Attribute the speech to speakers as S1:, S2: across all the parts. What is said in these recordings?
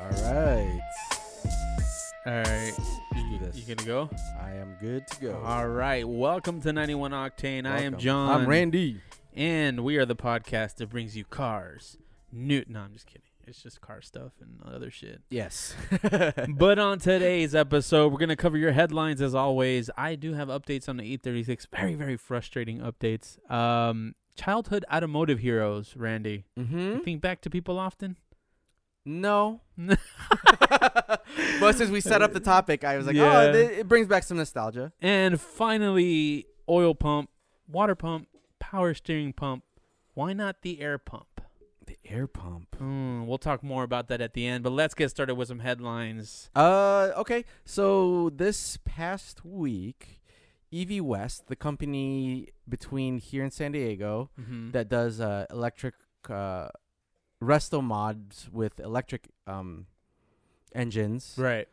S1: right.
S2: All right.
S1: Let's do this.
S2: You gonna go?
S1: I am good to go.
S2: All right. Welcome to 91 Octane. I am
S1: Welcome.
S2: John.
S1: I'm Randy.
S2: And we are the podcast that brings you cars. New. No, I'm just kidding. It's just car stuff and other shit.
S1: Yes. Mm-hmm.
S2: but on today's episode, we're gonna cover your headlines as always. I do have updates on the 836. Very, very frustrating updates. Um, childhood automotive heroes. Randy,
S1: mm-hmm.
S2: you think back to people often.
S1: No. but since we set up the topic, I was like,
S2: Yeah.
S1: oh, th- it brings back some nostalgia.
S2: And finally, oil pump, water pump, power steering pump. Why not the air pump?
S1: The air pump.
S2: Mm, we'll talk more about that at the end, but let's get started with some headlines.
S1: Uh, okay. So this past week, EV West, the company between here and San Diego,
S2: Mm-hmm.
S1: that does uh, electric uh, resto mods with electric um, engines.
S2: right.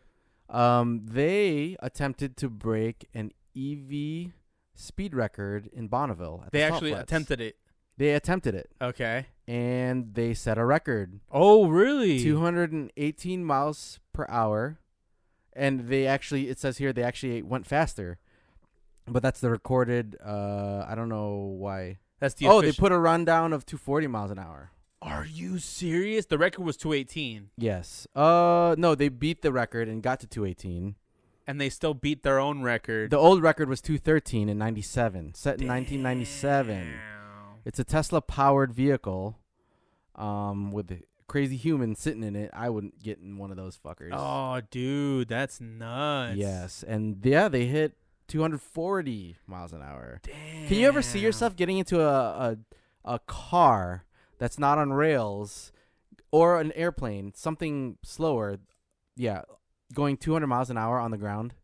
S1: Um, they attempted to break an EV speed record in Bonneville. At
S2: They
S1: the salt
S2: actually
S1: flats.
S2: attempted it.
S1: They attempted it,
S2: Okay.
S1: and they set a record:
S2: Oh, really?
S1: 218 miles per hour. And they actually, it says here, they actually went faster. But that's the recorded. Uh, I don't know why.
S2: That's the.
S1: oh, they
S2: official-
S1: put a rundown of 240 miles an hour.
S2: Are you serious? The record was 218,
S1: Yes. Uh no, they beat the record and got to 218.
S2: and they still beat their own record.
S1: The old record was 213 in 97, set in 1997.
S2: Damn.
S1: It's a Tesla powered vehicle um with a crazy human sitting in it. I wouldn't get in one of those fuckers.
S2: Oh, dude, that's nuts.
S1: yes. And yeah, they hit 240 miles an hour.
S2: Damn.
S1: Can you ever see yourself getting into a a, a car that's not on rails or an airplane, something slower? Yeah, going 200 miles an hour on the ground.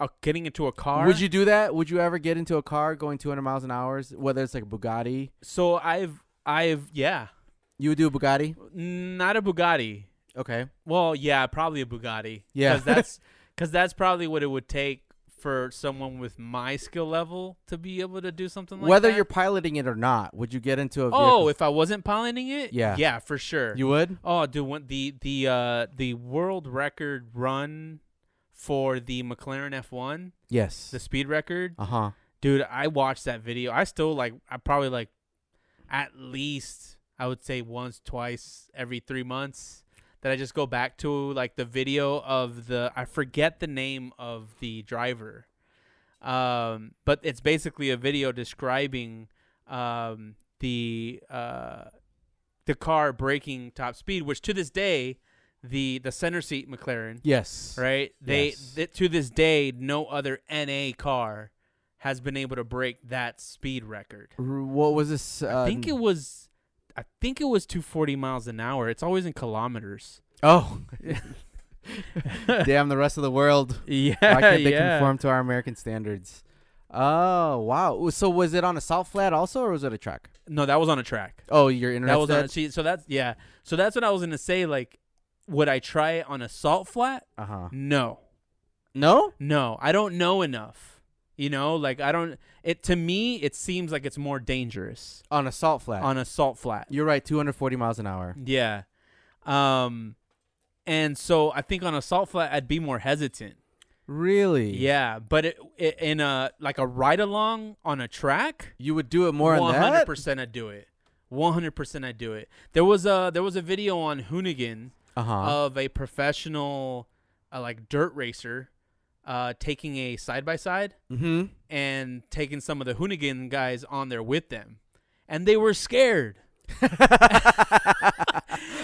S2: Oh, getting into a car?
S1: Would you do that? Would you ever get into a car going 200 miles an hour, whether it's like a Bugatti?
S2: So I've, I've, yeah,
S1: You would do a Bugatti?
S2: not a Bugatti.
S1: Okay.
S2: Well, yeah, probably a Bugatti.
S1: Yeah.
S2: because that's because that's probably what it would take for someone with my skill level to be able to do something like
S1: whether
S2: that.
S1: you're piloting it or not, would you get into a vehicle?
S2: oh, if I wasn't piloting it,
S1: Yeah.
S2: yeah, for sure.
S1: you would?
S2: oh, dude, when the the uh, the world record run for the McLaren F1,
S1: Yes.
S2: the speed record,
S1: Uh huh.
S2: dude. I watched that video. I still like. I probably like at least I would say once, twice every three months that I just go back to like the video of the I forget the name of the driver. Um but it's basically a video describing um the uh the car breaking top speed which to this day the the center seat McLaren
S1: Yes.
S2: right they
S1: Yes.
S2: th- to this day no other NA car has been able to break that speed record.
S1: R- What was this? Uh,
S2: I think it was I think it was 240 miles an hour. It's always in kilometers.
S1: Oh. Damn the rest of the world.
S2: Yeah.
S1: Why can't they
S2: yeah.
S1: conform to our American standards? Oh wow! So was it on a salt flat also, or was it a track?
S2: No, that was on a track.
S1: Oh, your internet.
S2: That was on a, see, so that's yeah. So that's what I was going to say like would I try it on a salt flat?
S1: Uh huh.
S2: No.
S1: No.
S2: No, I don't know enough. You know, like I don't it to me it seems like it's more dangerous
S1: On a salt flat.
S2: on a salt flat.
S1: You're right. 240 miles an hour.
S2: Yeah. Um and so I think on a salt flat I'd be more hesitant.
S1: Really?
S2: Yeah, but it, it, in a like a ride along on a track,
S1: You would do it more on
S2: one hundred
S1: that.
S2: percent I'd do it. One hundred percent I'd do it. There was a there was a video on Hoonigan
S1: Uh huh.
S2: of a professional uh, like dirt racer uh, taking a side by side
S1: mm-hmm.
S2: and taking some of the Hoonigan guys on there with them, and they were scared.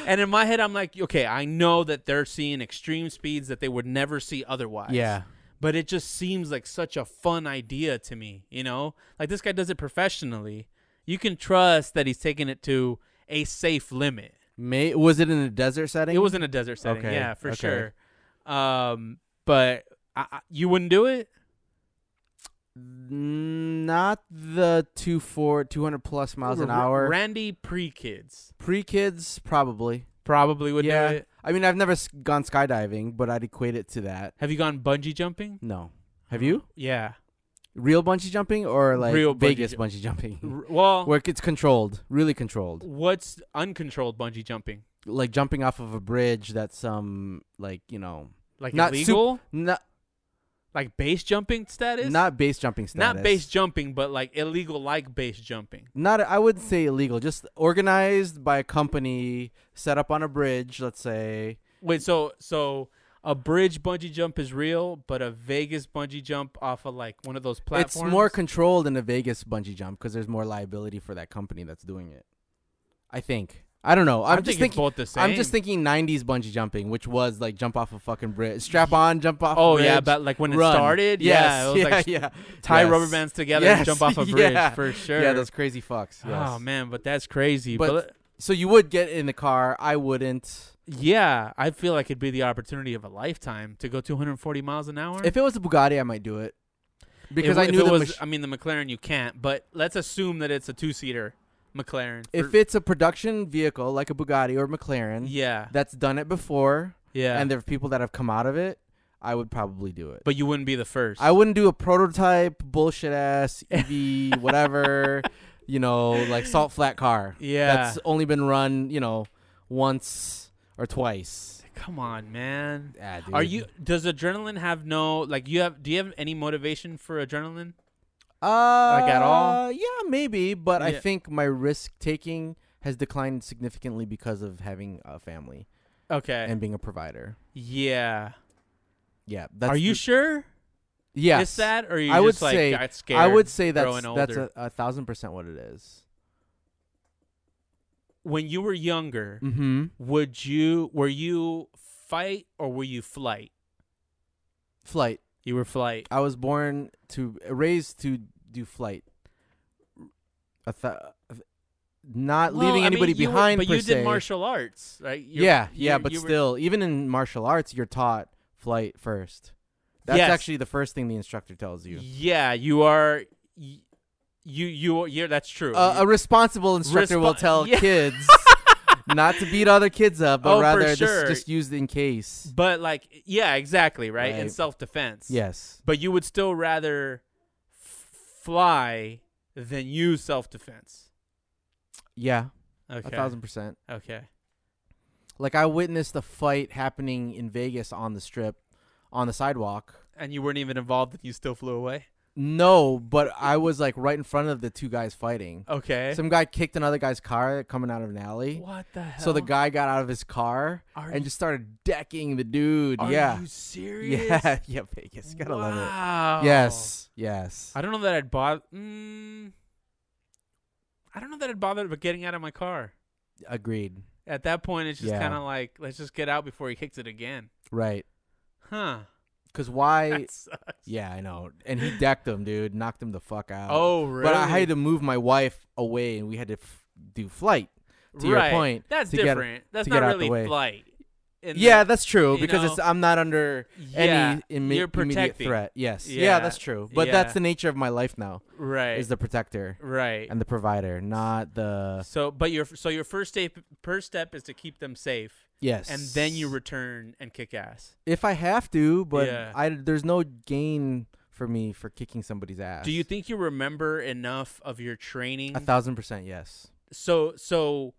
S2: and in my head, I'm like, okay, I know that they're seeing extreme speeds that they would never see otherwise
S1: Yeah.
S2: but it just seems like such a fun idea to me, you know? Like this guy does it professionally. You can trust that he's taking it to a safe limit.
S1: May was it in a desert setting?
S2: It was in a desert setting,
S1: Okay,
S2: yeah, for
S1: okay.
S2: sure. Um, but I, I, you wouldn't do it?
S1: not the two four 200 plus miles an
S2: R-
S1: hour.
S2: Randy pre kids
S1: Pre kids probably.
S2: probably would
S1: yeah.
S2: do it.
S1: I mean, I've never s- gone skydiving, but I'd equate it to that.
S2: Have you gone bungee jumping?
S1: No. Have you?
S2: Yeah.
S1: Real bungee jumping or like
S2: Real bungee
S1: Vegas
S2: ju-
S1: bungee jumping?
S2: R- well,
S1: Where it's controlled, really controlled.
S2: what's uncontrolled bungee jumping?
S1: like jumping off of a bridge that's um like you know
S2: Like
S1: Not
S2: illegal,
S1: not
S2: like base jumping status.
S1: not base jumping status.
S2: not base jumping, but like illegal, like base jumping.
S1: Not I would say illegal, just organized by a company set up on a bridge, let's say.
S2: Wait, so so a bridge bungee jump is real, but a Vegas bungee jump off of like one of those platforms.
S1: It's more controlled than a Vegas bungee jump because there's more liability for that company that's doing it. I think. I don't know.
S2: I
S1: I'm
S2: think
S1: just
S2: it's
S1: thinking.
S2: both the same.
S1: I'm just thinking '90s bungee jumping, which was like jump off a fucking bridge, strap on, jump off.
S2: Oh
S1: a bridge,
S2: yeah, but like when it
S1: run.
S2: started, yeah,
S1: Yes,
S2: it was
S1: yeah,
S2: like
S1: yeah.
S2: tie
S1: Yes.
S2: rubber bands together
S1: Yes,
S2: and jump off a bridge
S1: yeah.
S2: for sure.
S1: Yeah, those crazy fucks. Yes.
S2: Oh man, but that's crazy. But,
S1: But- So you would get in the car. I wouldn't.
S2: yeah, I feel like it'd be the opportunity of a lifetime to go 240 miles an hour.
S1: If it was a Bugatti, I might do it because
S2: If-
S1: I
S2: if
S1: knew
S2: it
S1: the
S2: was.
S1: mach-
S2: I mean, the McLaren you can't. But let's assume that it's a two seater McLaren.
S1: if
S2: for-
S1: it's a production vehicle like a Bugatti or McLaren
S2: yeah,
S1: that's done it before,
S2: yeah,
S1: and there are people that have come out of it, I would probably do it.
S2: but you wouldn't be the first.
S1: I wouldn't do a prototype bullshit ass EV whatever, you know, like salt flat car.
S2: Yeah.
S1: That's only been run, you know, once or twice.
S2: Come on, man.
S1: Ah,
S2: Are
S1: dude.
S2: you? Does adrenaline have no like? You have? Do you have any motivation for adrenaline?
S1: Uh,
S2: at all?
S1: Yeah, maybe, but I
S2: Yeah.
S1: think my risk taking has declined significantly because of having a family
S2: Okay.
S1: and being a provider.
S2: yeah.
S1: Yeah, that's
S2: Are you
S1: the-
S2: sure?
S1: yes.
S2: Is that or you
S1: I would
S2: just like
S1: say-
S2: got scared?
S1: I would say that's
S2: growing
S1: that's
S2: older?
S1: a, a thousand percent what it is.
S2: when you were younger,
S1: Mm-hmm.
S2: would you were you fight or were you flight?
S1: Flight.
S2: You were flight.
S1: I was born to raised to do flight. A th- not
S2: Well,
S1: leaving
S2: I mean,
S1: anybody
S2: you were-
S1: behind
S2: but
S1: per
S2: you
S1: se.
S2: did martial arts, right? You-
S1: yeah,
S2: you-
S1: yeah, but
S2: you were-
S1: still, even in martial arts, you're taught flight first. That's
S2: Yes.
S1: actually the first thing the instructor tells you.
S2: Yeah, you are. y- You you you're that's true.
S1: Uh, a responsible instructor will
S2: Respon-
S1: tell
S2: yeah.
S1: kids not to beat other kids up, but
S2: Oh, for
S1: rather
S2: sure.
S1: just, just used in case.
S2: but like yeah, exactly right, in
S1: Right.
S2: self defense.
S1: Yes.
S2: but you would still rather f- fly than use self defense.
S1: Yeah.
S2: Okay.
S1: A thousand percent.
S2: Okay.
S1: Like I witnessed a fight happening in Vegas on the strip, on the sidewalk.
S2: And you weren't even involved, and you still flew away.
S1: No, but I was like right in front of the two guys fighting.
S2: Okay.
S1: Some guy kicked another guy's car coming out of an alley.
S2: what the hell?
S1: So the guy got out of his car
S2: Are
S1: and
S2: you-
S1: just started decking the dude.
S2: Are
S1: yeah.
S2: you serious?
S1: Yeah, yeah, Vegas. Gotta love
S2: wow.
S1: it. Yes. Yes.
S2: I don't know that I'd bother. Mm, I don't know that I'd bother with getting out of my car.
S1: Agreed.
S2: At that point, it's just
S1: Yeah.
S2: kind of like, let's just get out before he kicks it again.
S1: Right.
S2: Huh.
S1: Cause why
S2: That sucks.
S1: Yeah, I know. And he decked him, dude. Knocked him the fuck out.
S2: Oh, really?
S1: But I had to move my wife away and we had to f- do flight. to your
S2: Right.
S1: point,
S2: That's
S1: to get-
S2: different. That's
S1: to
S2: not
S1: get out the
S2: really
S1: way.
S2: flight. In
S1: yeah, that's true
S2: you
S1: because it's I'm not under
S2: the- yeah,
S1: any imme-
S2: you're
S1: immediate
S2: protecting.
S1: threat. Yes. Yeah,
S2: Yeah,
S1: that's true. But that's
S2: yeah.
S1: the nature of my life now.
S2: Right.
S1: Is the protector
S2: right.
S1: and the provider, not the
S2: so, but your so your first step first step is to keep them safe,
S1: yes.
S2: and then you return and kick ass.
S1: if I have to, but
S2: Yeah.
S1: I there's no gain for me for kicking somebody's ass.
S2: Do you think you remember enough of your training?
S1: a thousand percent yes?
S2: so so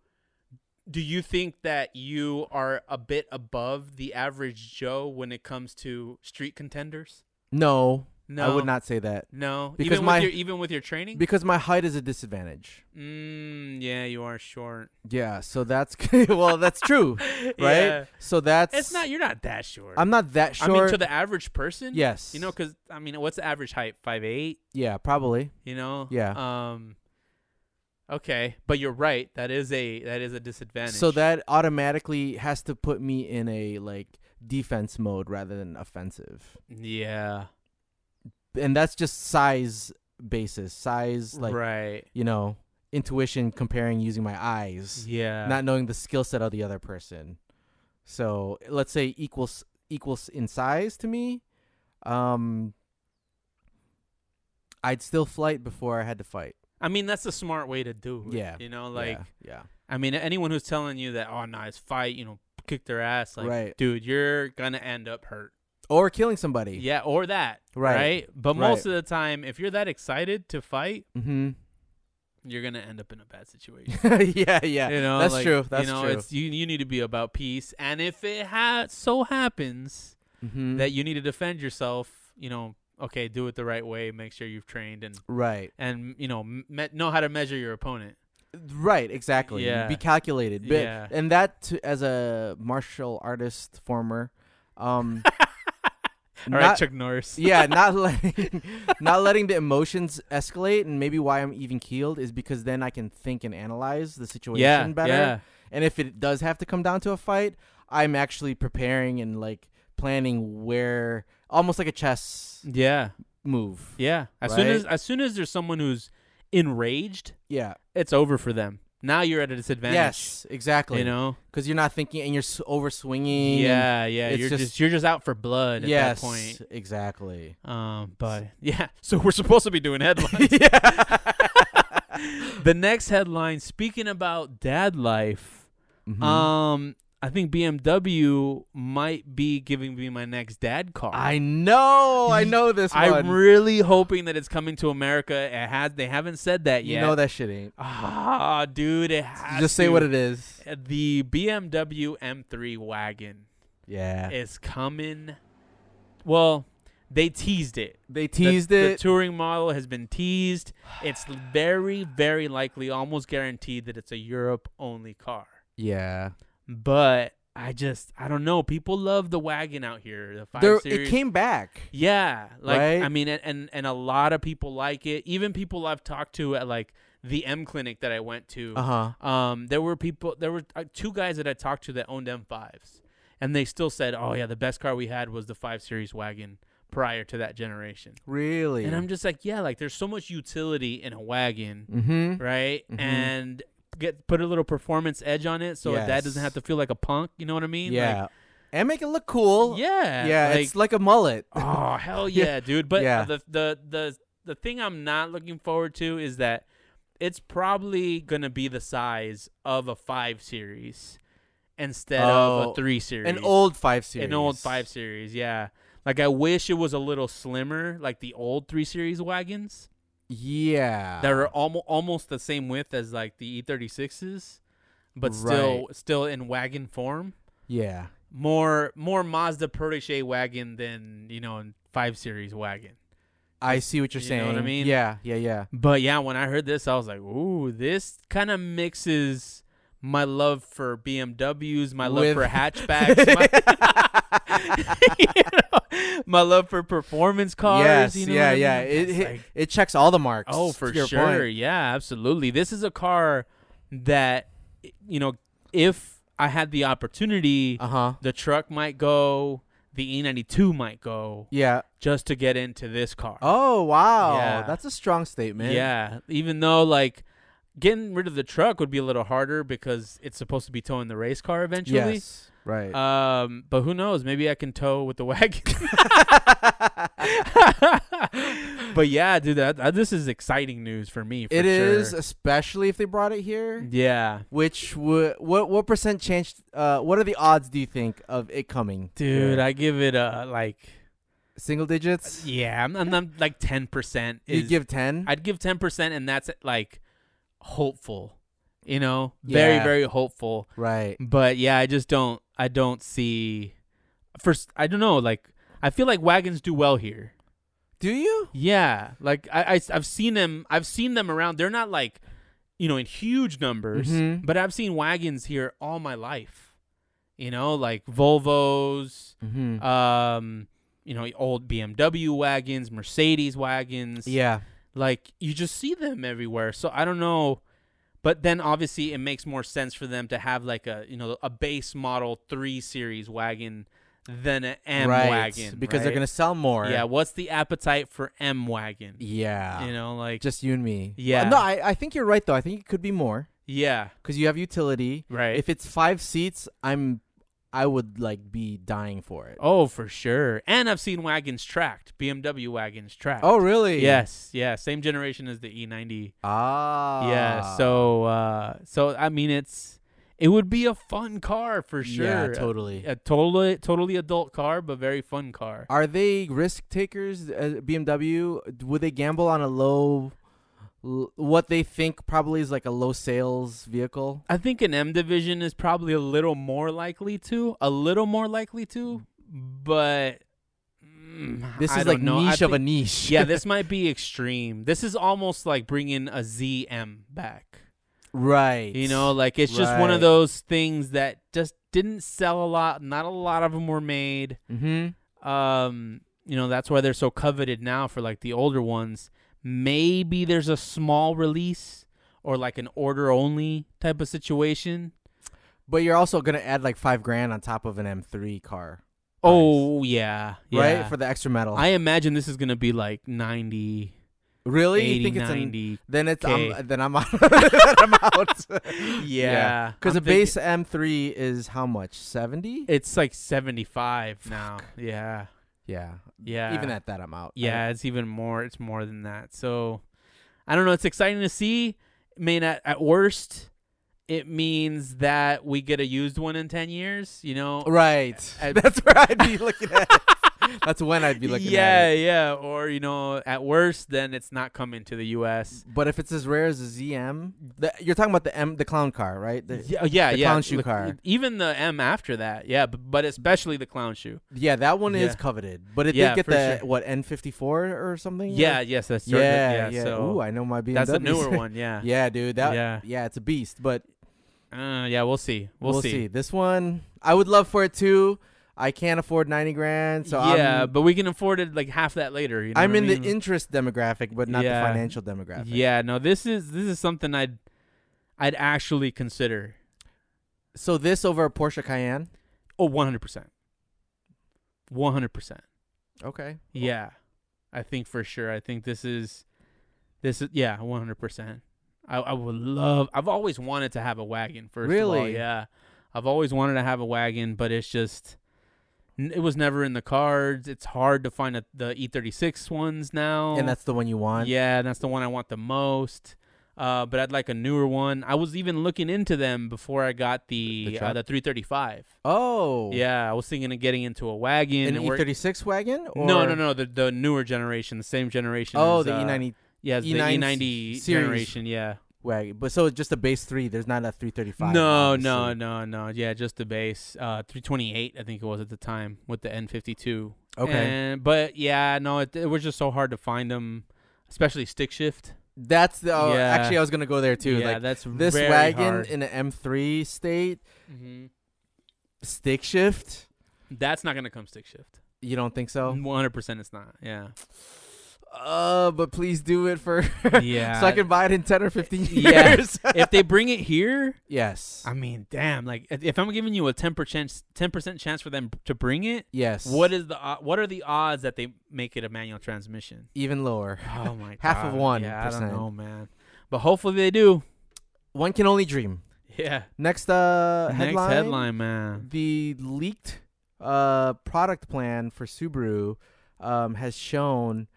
S2: do you think that you are a bit above the average joe when it comes to street contenders
S1: No,
S2: no
S1: I would not say that
S2: no
S1: Because
S2: even
S1: my-
S2: with your even with your training
S1: because my height is a disadvantage.
S2: mm, yeah you are short
S1: Yeah, so that's well, that's true, right?
S2: Yeah.
S1: So that's
S2: it's not you're not that short
S1: I'm not that
S2: I
S1: short.
S2: mean to the average person
S1: yes,
S2: you know because i mean what's the average height five eight
S1: yeah, probably.
S2: you know
S1: Yeah.
S2: um okay but you're right that is a that is a disadvantage
S1: So that automatically has to put me in a like defense mode rather than offensive,
S2: yeah
S1: and that's just size basis, size like
S2: right
S1: you know intuition comparing using my eyes,
S2: yeah
S1: not knowing the skill set of the other person. So let's say equals equals in size to me. Um, I'd still flight before I had to fight.
S2: I mean, that's the smart way to do it.
S1: Yeah,
S2: You know, like,
S1: yeah,
S2: I mean, anyone who's telling you that, oh, no, it's fight, you know, kick their ass, like,
S1: Right.
S2: dude, you're going to end up hurt.
S1: or killing somebody.
S2: Yeah, or that.
S1: Right.
S2: Right. But most
S1: Right.
S2: of the time, if you're that excited to fight,
S1: Mm-hmm.
S2: you're gonna end up in a bad situation.
S1: yeah, yeah.
S2: you know,
S1: that's
S2: like,
S1: true. That's
S2: you know,
S1: true.
S2: It's, you you need to be about peace, and if it ha- so happens
S1: Mhm.
S2: that you need to defend yourself, you know, okay, do it the right way. Make sure you've trained and
S1: right,
S2: and you know me- know how to measure your opponent.
S1: right, exactly.
S2: Yeah.
S1: Be calculated. Be-
S2: Yeah.
S1: And that t- as a martial artist former, um,
S2: All right,
S1: not-
S2: Chuck Norris.
S1: yeah, not letting not letting the emotions escalate, and maybe why I'm even keeled is because then I can think and analyze the situation
S2: yeah,
S1: better.
S2: yeah.
S1: And if it does have to come down to a fight, I'm actually preparing and like planning where, almost like a chess
S2: Yeah,
S1: move.
S2: yeah. As soon as
S1: Right?
S2: as soon as there's someone who's enraged,
S1: Yeah.
S2: it's over for them. Now you're at a disadvantage.
S1: Yes, exactly.
S2: you know.
S1: because you're not thinking and you're s- over swinging. and-
S2: Yeah, yeah.
S1: it's
S2: You're just,
S1: just-
S2: you're just out for blood at
S1: yes,
S2: that point.
S1: exactly.
S2: Um, but yeah. So we're supposed to be doing headlines.
S1: yeah.
S2: the next headline, speaking about dad life,
S1: Mhm.
S2: um, I think BMW might be giving me my next dad car.
S1: I know. I know this one.
S2: I'm really hoping that it's coming to America. It has. They haven't said that
S1: you
S2: yet.
S1: know that shit ain't.
S2: Ah, dude, it has.
S1: Just say what it is.
S2: is. The BMW M3 wagon
S1: Yeah.
S2: is coming. Well, they teased it.
S1: they
S2: The-
S1: teased
S2: the,
S1: it.
S2: touring model has been teased. It's very, very likely, almost guaranteed that it's a Europe only car.
S1: yeah.
S2: But I just, I don't know. People love the wagon out here. The five
S1: There,
S2: series.
S1: it came back.
S2: yeah, like
S1: Right?
S2: I mean, and, and and a lot of people like it. Even people I've talked to at like the M clinic that I went to.
S1: Uh huh.
S2: Um, there were people, there were uh, two guys that I talked to that owned M5s, and they still said, "Oh yeah, the best car we had was the five series wagon prior to that generation."
S1: Really.
S2: And I'm just like, yeah, like there's so much utility in a wagon,
S1: Mm-hmm.
S2: right?
S1: Mhm.
S2: And get put a little performance edge on it so a dad doesn't
S1: Yes.
S2: have to feel like a punk. You know what I mean?
S1: Yeah. and make it look cool.
S2: Like, yeah.
S1: Yeah.
S2: Like,
S1: it's like a mullet.
S2: oh hell
S1: Yeah.
S2: yeah, dude. But uh,
S1: Yeah.
S2: the the the the thing I'm not looking forward to is that it's probably gonna be the size of a five series instead of
S1: Oh,
S2: a three series.
S1: An old five series.
S2: An old five series, yeah. Like I wish it was a little slimmer, like the old three series wagons.
S1: Yeah.
S2: that are almost almost the same width as like the E36s, but still still in wagon form.
S1: yeah.
S2: More more Mazda Protege wagon than you know five series wagon.
S1: I see what you're
S2: You
S1: saying.
S2: know what I mean?
S1: Yeah. Yeah. Yeah.
S2: But yeah, when I heard this, I was like, ooh, this kind of mixes my love for BMWs, my love
S1: With-
S2: for hatchbacks, my, you know, my love for performance cars.
S1: yes,
S2: you know
S1: yeah,
S2: what I
S1: yeah.
S2: mean?
S1: It,
S2: It's
S1: it
S2: like-
S1: it checks all the marks.
S2: Oh,
S1: to
S2: for
S1: your
S2: sure.
S1: point.
S2: Yeah, absolutely. This is a car that, you know, if I had the opportunity,
S1: Uh huh.
S2: the truck might go, the E92 might go,
S1: Yeah.
S2: just to get into this car.
S1: Oh wow,
S2: Yeah.
S1: that's a strong statement.
S2: Yeah, even though like getting rid of the truck would be a little harder because it's supposed to be towing the race car eventually.
S1: Yes. Right.
S2: Um, but who knows? Maybe I can tow with the wagon. but yeah, dude, that, that- this is exciting news for me. For
S1: it is,
S2: sure.
S1: especially if they brought it here.
S2: Yeah.
S1: Which would what what percent chance? Uh, what are the odds? Do you think of it coming?
S2: Dude,
S1: here?
S2: I give it a like.
S1: single digits.
S2: Yeah, I'm, I'm, I'm like ten percent.
S1: You
S2: Is
S1: give ten.
S2: I'd give ten percent, and that's like hopeful. You know, very
S1: Yeah.
S2: very hopeful.
S1: right.
S2: But yeah, I just don't. I don't see. First, I don't know. Like, I feel like wagons do well here.
S1: Do you?
S2: Yeah, like I, I have seen them. I've seen them around. They're not like, you know, in huge numbers.
S1: Mhm.
S2: But I've seen wagons here all my life. You know, like Volvos.
S1: Mm-hmm.
S2: um, you know, old BMW wagons, Mercedes wagons.
S1: yeah.
S2: Like you just see them everywhere. So I don't know. But then obviously it makes more sense for them to have like a, you know, a base model 3 series wagon than an M
S1: right.
S2: wagon
S1: because they're gonna
S2: right?
S1: sell more.
S2: Yeah, what's the appetite for M wagon?
S1: Yeah.
S2: You know, like
S1: Just you and me.
S2: Yeah.
S1: No, I, I think you're right though. I think it could be more
S2: yeah,
S1: because you have utility.
S2: right.
S1: If it's five seats, I'm I would like be dying for it.
S2: oh, for sure. And I've seen wagons tracked, BMW wagons tracked.
S1: Oh, really?
S2: Yes, yeah, same generation as the E90
S1: Ah.
S2: Yeah. So uh so I mean it's it would be a fun car for sure.
S1: Yeah, totally.
S2: A, a totally totally adult car but very fun car.
S1: Are they risk takers? Uh, BMW? Would they gamble on a low l- what they think probably is like a low sales vehicle.
S2: I think an M division is probably a little more likely to, a little more likely to, but mm,
S1: This
S2: I
S1: is
S2: don't
S1: like
S2: know. I
S1: niche of a
S2: think-
S1: niche.
S2: yeah, this might be extreme. This is almost like bringing a ZM back.
S1: right.
S2: You know, like it's just one
S1: Right.
S2: of those things that just didn't sell a lot. Not a lot of them were made.
S1: Mm-hmm.
S2: Um, you know, that's why they're so coveted now for like the older ones. Maybe there's a small release or like an order only type of situation.
S1: But you're also gonna add like five grand on top of an M3 car,
S2: Oh yeah, yeah.
S1: right? For the extra metal.
S2: I imagine this is gonna be like 90,
S1: really?
S2: 80,
S1: you think it's an,
S2: 90.
S1: then it's
S2: K.
S1: I'm, then I'm out. I'm out.
S2: yeah,
S1: Because
S2: I'm
S1: a
S2: thinking-
S1: base M3 is how much? Seventy.
S2: It's like 75 now. Yeah,
S1: Yeah.
S2: yeah.
S1: Even at that, I'm out. I-
S2: Yeah, it's even more. It's more than that. So, I don't know. It's exciting to see. I mean, at, at worst, it means that we get a used one in ten years. You know.
S1: Right.
S2: I-
S1: That's where I'd be looking at. it. That's when I'd be looking
S2: yeah,
S1: at. it.
S2: yeah. Or you know, at worst, then it's not coming to the U.S.
S1: But if it's as rare as a ZM, the, you're talking about the M, the clown car, right? The-
S2: Yeah, oh, yeah,
S1: the
S2: yeah.
S1: clown shoe
S2: Look,
S1: car.
S2: Even the M after that, yeah, but, but especially the clown shoe.
S1: yeah, that one
S2: Yeah.
S1: is coveted. But it
S2: Yeah,
S1: did get
S2: for
S1: the
S2: sure.
S1: what N54 or something.
S2: Yeah,
S1: Or-
S2: yes, that's
S1: Yeah,
S2: right,
S1: yeah.
S2: So
S1: Ooh, I know my BMW.
S2: that's a newer one. Yeah,
S1: yeah, dude. That. Yeah.
S2: Yeah.
S1: it's a beast. But
S2: Uh, yeah. We'll see. We'll, see.
S1: This one, I would love for it too. I can't afford ninety grand, so
S2: yeah,
S1: I'm,
S2: but we can afford it like half that later. You know
S1: I'm
S2: what I
S1: in the
S2: mean?
S1: interest demographic, but not
S2: Yeah.
S1: the financial demographic.
S2: Yeah, no, this is this is something I'd I'd actually consider.
S1: So this over a Porsche Cayenne.
S2: Oh, 100%. 100%.
S1: Okay.
S2: Yeah. I think for sure. I think this is this is yeah, 100%. I I would love I've always wanted to have a wagon first of all.
S1: Really?
S2: Yeah. I've always wanted to have a wagon, but it's just n- it was never in the cards. It's hard to find a, the E36 ones now.
S1: And that's the one you want.
S2: Oh. Yeah, that's the one I want the most. Uh, but I'd like a newer one. I was even looking into them before I got the
S1: The
S2: the, uh,
S1: truck?
S2: the 335.
S1: Oh.
S2: Yeah, I was thinking of getting into a wagon.
S1: An
S2: and work-
S1: E36 wagon? Or
S2: no, no, no, the the newer generation, the same generation.
S1: Oh,
S2: as,
S1: the
S2: uh,
S1: E90
S2: Yeah, it's the
S1: E9
S2: E90
S1: series.
S2: generation. Yeah.
S1: wagon. But so it's just a base three. There's not a 335.
S2: no,
S1: obviously.
S2: no, no, no. Yeah, just the base. Uh, 328, I think it was at the time with the N52.
S1: Okay.
S2: And, but yeah, no, it, it was just so hard to find them, especially stick shift.
S1: That's the. Oh,
S2: Yeah.
S1: Actually, I was gonna go there too.
S2: yeah,
S1: like
S2: that's
S1: this
S2: very
S1: wagon
S2: hard.
S1: in an M3 state
S2: Mhm.
S1: stick shift.
S2: That's not gonna come stick shift.
S1: You don't think so?
S2: One hundred percent, it's not. Yeah,
S1: Uh, but please do it for.
S2: yeah.
S1: so I can buy it in ten or fifteen
S2: Uh, Yeah.
S1: years.
S2: if they bring it here,
S1: yes.
S2: I mean, damn. Like, if if I'm giving you a ten percent ten percent chance for them to bring it,
S1: yes.
S2: what is the o- what are the odds that they make it a manual transmission?
S1: Even lower.
S2: Oh my,
S1: Half of
S2: God.
S1: one
S2: Yeah, I don't
S1: percent.
S2: know, man. But hopefully they do.
S1: One can only dream.
S2: Yeah.
S1: Next uh headline.
S2: Next headline, man.
S1: The leaked uh product plan for Subaru um has shown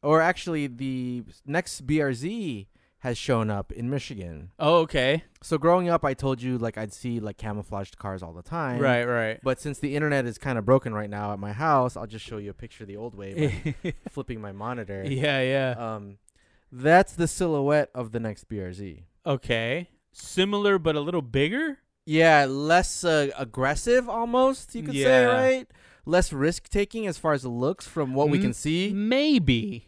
S1: or actually the next BRZ has shown up in Michigan.
S2: Oh, okay.
S1: So growing up I told you like I'd see like camouflaged cars all the time.
S2: Right, right.
S1: But since the internet is kind of broken right now at my house, I'll just show you a picture of the old way by
S2: yeah,
S1: flipping my monitor.
S2: yeah.
S1: Um, that's the silhouette of the next BRZ.
S2: Okay. Similar but a little bigger.
S1: Yeah, less uh, aggressive almost, you could say,
S2: Yeah.
S1: right? Less risk taking as far as it looks from what we
S2: Mm.
S1: can see.
S2: Maybe.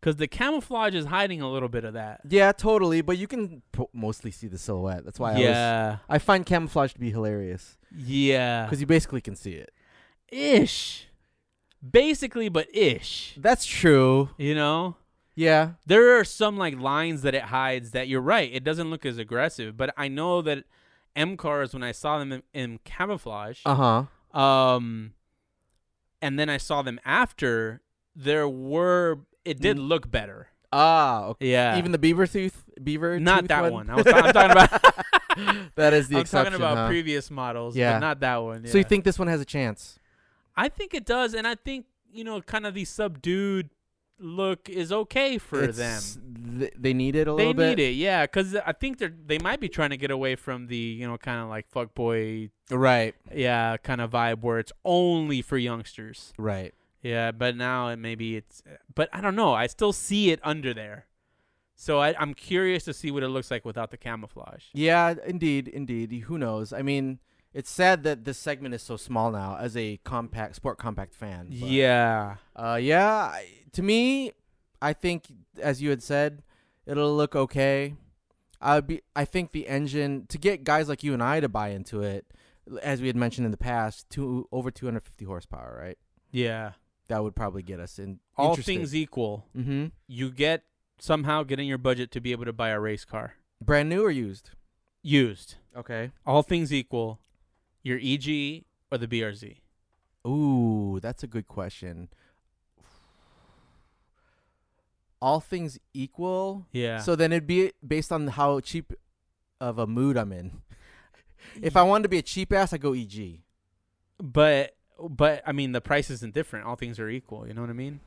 S2: Because the camouflage is hiding a little bit of that.
S1: Yeah, totally. But you can po- mostly see the silhouette. That's why I, always,
S2: yeah.
S1: I find camouflage to be hilarious
S2: yeah.
S1: because you basically can see it.
S2: ish. Basically, but ish.
S1: That's true.
S2: You know?
S1: Yeah,
S2: There are some like lines that it hides that you're right. It doesn't look as aggressive, but I know that M cars when I saw them in, in camouflage,
S1: uh huh.
S2: um and then I saw them after, there were it did look better.
S1: Ah, okay.
S2: Yeah.
S1: Mm. Even the beaver tooth, beaver.
S2: not
S1: tooth
S2: that one. I was ta- I'm talking about
S1: that is the
S2: I'm
S1: exception.
S2: talking about
S1: huh?
S2: previous models,
S1: Yeah.
S2: but not that one.
S1: So you
S2: yeah.
S1: think this one has a chance?
S2: I think it does, and I think you know, kind of the subdued look is okay for them.
S1: It's- th- they need it a
S2: They
S1: little bit.
S2: need it, yeah, because I think they're they might be trying to get away from the you know kind of like fuckboy,
S1: Right,
S2: yeah, kind of vibe where it's only for youngsters,
S1: right.
S2: uh, yeah. But now it maybe it's, but I don't know. I still see it under there, So I, I'm curious to see what it looks like without the camouflage.
S1: Yeah, indeed, indeed. Who knows? I mean, it's sad that this segment is so small now as a compact sport compact fan. but-
S2: Yeah.
S1: Uh, yeah. I, to me, I think as you had said, it'll look okay. I would be. I think the engine to get guys like you and I to buy into it, as we had mentioned in the past, to over 250 horsepower, right?
S2: Yeah.
S1: That would probably get us in.
S2: All things equal,
S1: Mm-hmm.
S2: you get somehow getting your budget to be able to buy a race car
S1: Brand new or used?
S2: used.
S1: Okay.
S2: All things equal, your EG or the BRZ.
S1: Ooh, that's a good question. All things equal,
S2: Yeah.
S1: So then it'd be based on how cheap of a mood I'm in. If I wanted to be a cheap ass, I go E EG.
S2: but but I mean the price isn't different. All things are equal. You know what I mean?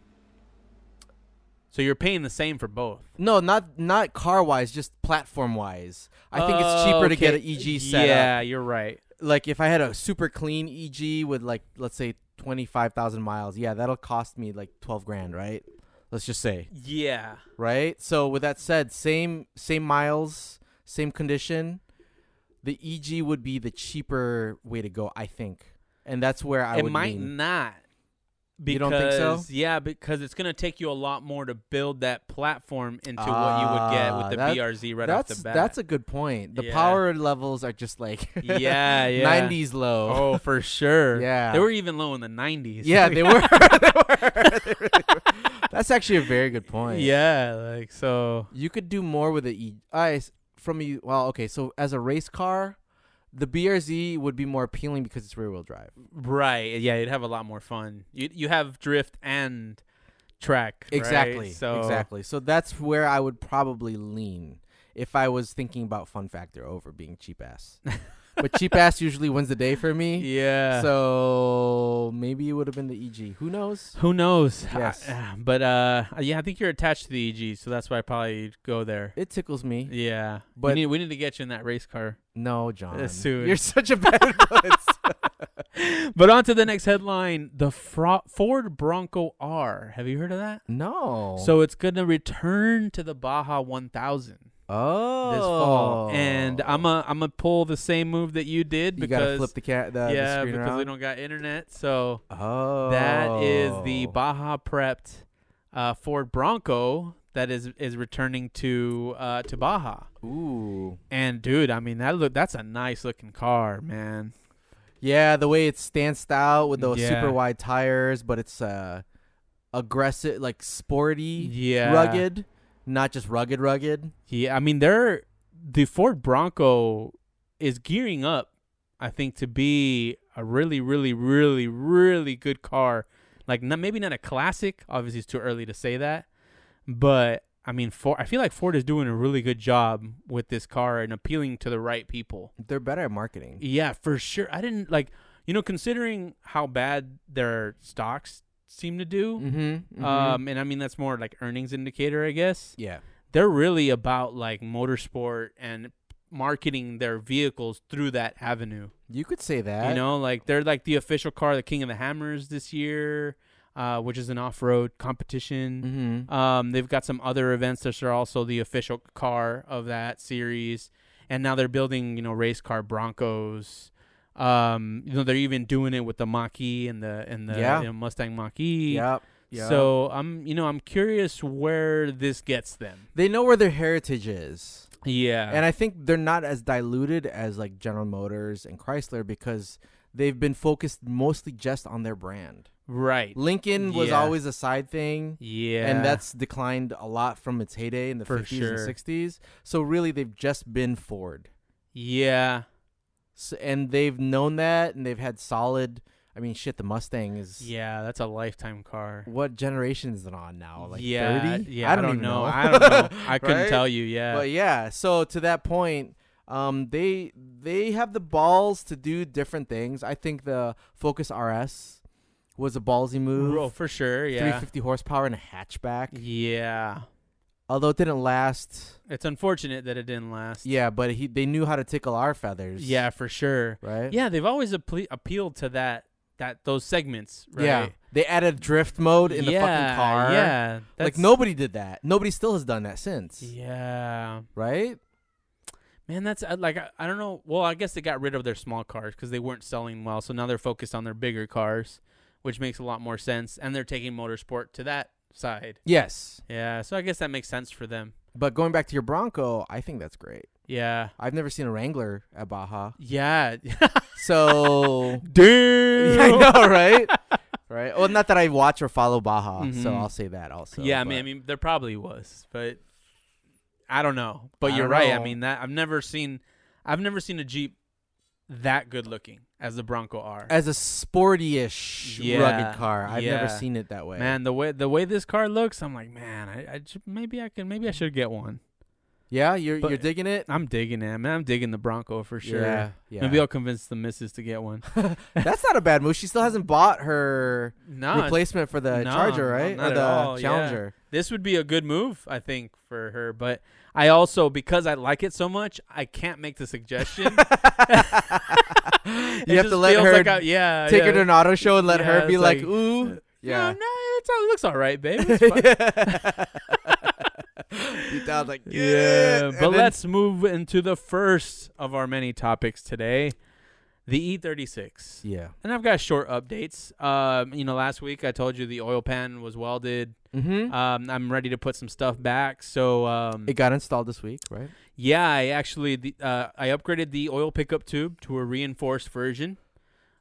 S2: So you're paying the same for both.
S1: No, not not car wise, just platform wise. I think it's cheaper to get an EG set
S2: Yeah, you're right.
S1: Like if I had a super clean EG with like let's say twenty five thousand miles, yeah, that'll cost me like twelve grand, right? Let's just say,
S2: Yeah.
S1: right? So with that said, same same miles, same condition, the EG would be the cheaper way to go, I think, and that's where I
S2: it
S1: would
S2: might
S1: lean.
S2: not. Because,
S1: You don't think so?
S2: Yeah, because it's going to take you a lot more to build that platform into what you would get
S1: Ah,
S2: with the
S1: that-
S2: BRZ right
S1: that's
S2: off the bat.
S1: that's a good point. The
S2: Yeah.
S1: power levels are just like
S2: yeah, yeah.
S1: 90s low.
S2: Oh, for sure.
S1: Yeah.
S2: They were even low in the 90s.
S1: Yeah, they were. They were. They really were. That's actually a very good point.
S2: Yeah, like so.
S1: You could do more with the E I s from you well, okay, so as a race car, the BRZ would be more appealing because it's rear wheel drive.
S2: Right. eh, Yeah, you'd have a lot more fun. You you have drift and track. right?
S1: Exactly.
S2: So
S1: Exactly. So that's where I would probably lean if I was thinking about fun factor over being cheap ass. but cheap ass usually wins the day for me.
S2: Yeah.
S1: So maybe it would have been the EG. Who knows?
S2: who knows?
S1: Yes.
S2: I- but uh, yeah, I think you're attached to the EG, so that's why I probably go there.
S1: It tickles me.
S2: Yeah, but
S1: But-
S2: we need, we need to get you in that race car.
S1: No, John.
S2: soon.
S1: You're such a bad influence.
S2: But on to the next headline: the Fro- Ford Bronco R. Have you heard of that?
S1: no.
S2: So it's gonna return to the Baja 1000
S1: oh,
S2: this fall, and I'm a I'm gonna pull the same move that you did
S1: you
S2: because
S1: gotta flip the cat. The, the
S2: yeah
S1: screen
S2: because
S1: around.
S2: we don't got internet. So
S1: Oh,
S2: that is the Baja prepped uh, Ford Bronco that is is returning to uh, to Baja.
S1: Ooh.
S2: And dude, I mean that look that's a nice looking car, man.
S1: Yeah, the way it stanced out with those
S2: Yeah.
S1: super wide tires, but it's uh aggressive, like sporty,
S2: Yeah,
S1: rugged, not just rugged, rugged.
S2: Yeah, I mean they're the Ford Bronco is gearing up, I think, to be a really, really, really, really good car. Like not, maybe not a classic. Obviously, it's too early to say that, but I mean, Ford. I feel like Ford is doing a really good job with this car and appealing to the right people.
S1: They're better at marketing.
S2: Yeah, for sure. I didn't like, you know, considering how bad their stocks seem to do.
S1: Mm-hmm.
S2: Um, and I mean that's more like earnings indicator, I guess.
S1: yeah.
S2: They're really about like motorsport and marketing their vehicles through that avenue.
S1: You could say that.
S2: you know, like they're like the official car, the King of the Hammers this year, uh, which is an off-road competition.
S1: Mm-hmm.
S2: Um, they've got some other events that are also the official car of that series, and now they're building you know race car Broncos. Um, you know they're even doing it with the Mach E and the and the
S1: Yeah.
S2: you know, Mustang Mach E.
S1: Yep. yep.
S2: So I'm you know I'm curious where this gets them.
S1: they know where their heritage is.
S2: Yeah.
S1: And I think they're not as diluted as like General Motors and Chrysler because they've been focused mostly just on their brand.
S2: right.
S1: Lincoln was
S2: Yeah.
S1: always a side thing.
S2: Yeah.
S1: And that's declined a lot from its heyday in the
S2: For
S1: 50s
S2: sure.
S1: and 60s. So really, they've just been Ford,
S2: yeah.
S1: so, and they've known that, and they've had solid. I mean, shit, the Mustang is
S2: Yeah. That's a lifetime car.
S1: what generation is it on now? Like
S2: yeah.
S1: 30?
S2: Yeah. I don't,
S1: even
S2: know. I don't know. I couldn't
S1: Right?
S2: tell you. Yeah.
S1: But yeah, so to that point, um, they they have the balls to do different things. I think the Focus RS was a ballsy move.
S2: Oh, for sure. Yeah.
S1: 350 horsepower and a hatchback.
S2: Yeah.
S1: Although it didn't last.
S2: It's unfortunate that it didn't last.
S1: Yeah, but he they knew how to tickle our feathers.
S2: Yeah, for sure.
S1: Right.
S2: Yeah, they've always appe- appealed to that that those segments, right?
S1: Yeah, they added drift mode in the
S2: Yeah,
S1: fucking car.
S2: Yeah,
S1: like
S2: that's-
S1: nobody did that. Nobody still has done that since,
S2: Yeah,
S1: right?
S2: man, that's I- like I, I don't know. Well, I guess they got rid of their small cars because they weren't selling well, so now they're focused on their bigger cars, which makes a lot more sense, and they're taking motorsport to that side.
S1: Yes,
S2: Yeah, so I guess that makes sense for them.
S1: but going back to your Bronco, I think that's great.
S2: Yeah,
S1: I've never seen a Wrangler at Baja,
S2: yeah,
S1: so
S2: dude.
S1: Yeah, I know, right? right. Well, not that I watch or follow Baja, so
S2: Mhm.
S1: I'll say that also.
S2: yeah, I
S1: but-
S2: mean, I mean, there probably was, but I don't know. But
S1: I
S2: you're
S1: don't
S2: right. I
S1: know.
S2: mean, that I've never seen, I've never seen a Jeep that good looking as the Bronco R.
S1: as a sporty-ish
S2: Yeah,
S1: rugged car, I've
S2: yeah.
S1: never seen it that way.
S2: Man, the way the way this car looks, I'm like, man, I, I j- maybe I can, maybe I should get one.
S1: yeah, you're
S2: But-
S1: you're digging it.
S2: I'm digging it, man. I'm digging the Bronco for sure.
S1: Yeah, yeah.
S2: Maybe I'll convince the missus to get one.
S1: That's not a bad move. She still hasn't bought her
S2: No,
S1: replacement for the
S2: no,
S1: Charger,
S2: no,
S1: right?
S2: not
S1: or
S2: at
S1: the
S2: all, yeah.
S1: Challenger.
S2: this would be a good move, I think, for her. But I also, because I like it so much, I can't make the suggestion.
S1: you have to let her
S2: out, yeah,
S1: take
S2: yeah.
S1: her to an auto show and let
S2: Yeah,
S1: her be
S2: it's
S1: like,
S2: like,
S1: ooh,
S2: Yeah,
S1: yeah.
S2: no, it's, it looks all right, babe. It's fine.
S1: Deep down, like, yeah.
S2: yeah,
S1: And
S2: but
S1: then-
S2: let's move into the first of our many topics today, the E36.
S1: Yeah.
S2: And I've got short updates. Um, you know, last week I told you the oil pan was welded.
S1: Mm-hmm.
S2: Um, I'm ready to put some stuff back. So um,
S1: it got installed this week, right?
S2: yeah, I actually the, uh, I upgraded the oil pickup tube to a reinforced version.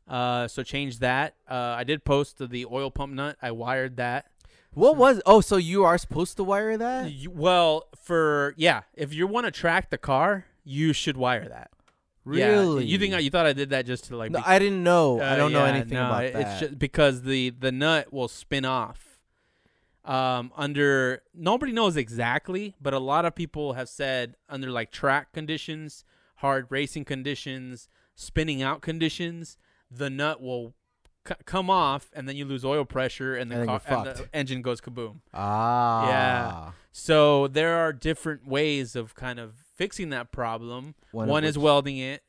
S2: Uh, so change that. Uh, I did post the oil pump nut. I wired that.
S1: What was? Oh, so you are supposed to wire that?
S2: You, well, for yeah, if you want to track the car, you should wire that. Yeah,
S1: Really?
S2: You think I, you thought I did that just to like?
S1: No,
S2: be-
S1: I didn't know. Oh, I
S2: Uh,
S1: don't know
S2: yeah,
S1: anything
S2: no,
S1: about
S2: it-
S1: that.
S2: It's just because the the nut will spin off. Um, under nobody knows exactly, but a lot of people have said under like track conditions, hard racing conditions, spinning out conditions, the nut will c- come off, and then you lose oil pressure, and the,
S1: And then
S2: car,
S1: you're
S2: and the
S1: fucked.
S2: engine goes kaboom.
S1: ah.
S2: So there are different ways of kind of fixing that problem. One,
S1: of
S2: is
S1: which-
S2: welding it,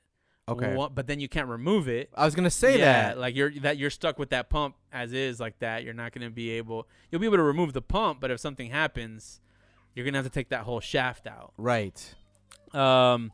S1: Okay.
S2: one- but then you can't remove it.
S1: I was gonna say
S2: yeah,
S1: that.
S2: like you're that you're stuck with that pump as is like that. You're not gonna be able. You'll be able to remove the pump, but if something happens, you're gonna have to take that whole shaft out.
S1: Right.
S2: Um,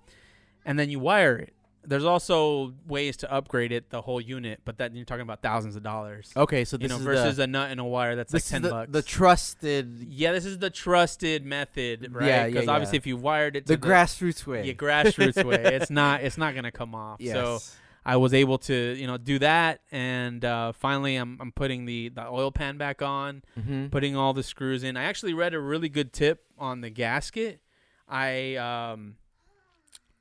S2: and then you wire it. There's also ways to upgrade it, the whole unit, but that you're talking about thousands of dollars.
S1: Okay. So Oh, this
S2: you know,
S1: is
S2: versus
S1: the,
S2: a nut and a wire that's like
S1: this
S2: ten
S1: is the,
S2: bucks.
S1: the trusted,
S2: yeah, this is the trusted method, right?
S1: Yeah, yeah,
S2: Because obviously,
S1: yeah.
S2: if you wired it to
S1: the grassroots way.
S2: yeah, grassroots way, it's not it's not gonna come off.
S1: Yes.
S2: So I was able to, you know, do that, and uh, finally, I'm, I'm putting the, the oil pan back on,
S1: Mhm.
S2: putting all the screws in. I actually read a really good tip on the gasket. I um,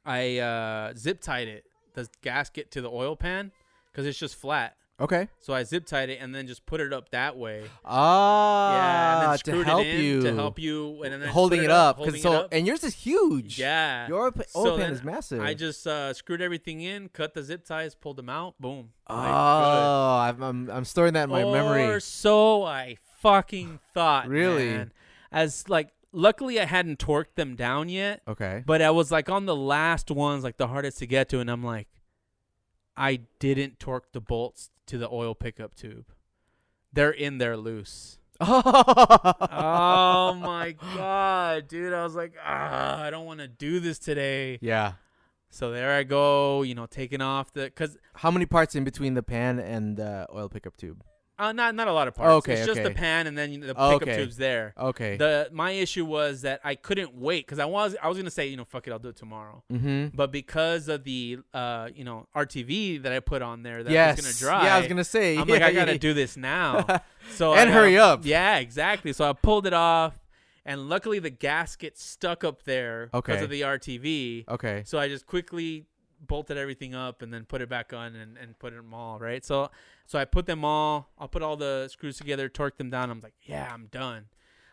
S2: I uh, zip tied it, the gasket to the oil pan, because it's just flat.
S1: okay.
S2: So I zip tied it and then just put it up that way.
S1: Ah.
S2: yeah, and then
S1: to
S2: screwed
S1: help
S2: it in
S1: you.
S2: to help you, and then put
S1: holding
S2: it
S1: up
S2: holding
S1: because
S2: it
S1: so
S2: up.
S1: and yours is huge.
S2: yeah.
S1: Your op-
S2: So
S1: open
S2: then
S1: is massive.
S2: I just uh, screwed everything in, cut the zip ties, pulled them out, boom.
S1: oh,
S2: Like, good.
S1: I'm, I'm I'm storing that in my
S2: Or
S1: memory.
S2: so I fucking thought.
S1: Really?
S2: man. As like, luckily I hadn't torqued them down yet,
S1: Okay.
S2: but I was like on the last ones, like the hardest to get to, and I'm like, I didn't torque the bolts to the oil pickup tube. They're in there loose. oh my god, dude! I was like, ah, I don't want to do this today.
S1: Yeah.
S2: So there I go, you know, taking off the because
S1: How many parts in between the pan and the oil pickup tube?
S2: uh, not not a lot of parts.
S1: Okay,
S2: it's just the
S1: okay.
S2: pan and then the
S1: Oh,
S2: pickup
S1: okay.
S2: tubes there.
S1: Okay.
S2: The my issue was that I couldn't wait because I was I was gonna say you know fuck it I'll do it tomorrow,
S1: mm-hmm.
S2: but because of the uh you know RTV that I put on there that
S1: Yes.
S2: I was gonna dry.
S1: Yeah, I was gonna say.
S2: I'm like I
S1: yeah,
S2: gotta
S1: yeah.
S2: do this now. So I
S1: And
S2: gotta-
S1: hurry up.
S2: Yeah, exactly. So I pulled it off, and luckily the gasket stuck up there because
S1: Okay.
S2: of the RTV.
S1: Okay.
S2: So I just quickly bolted everything up and then put it back on and, and put them all right. So so I put them all. I'll put all the screws together, torque them down. I'm like, yeah, I'm done.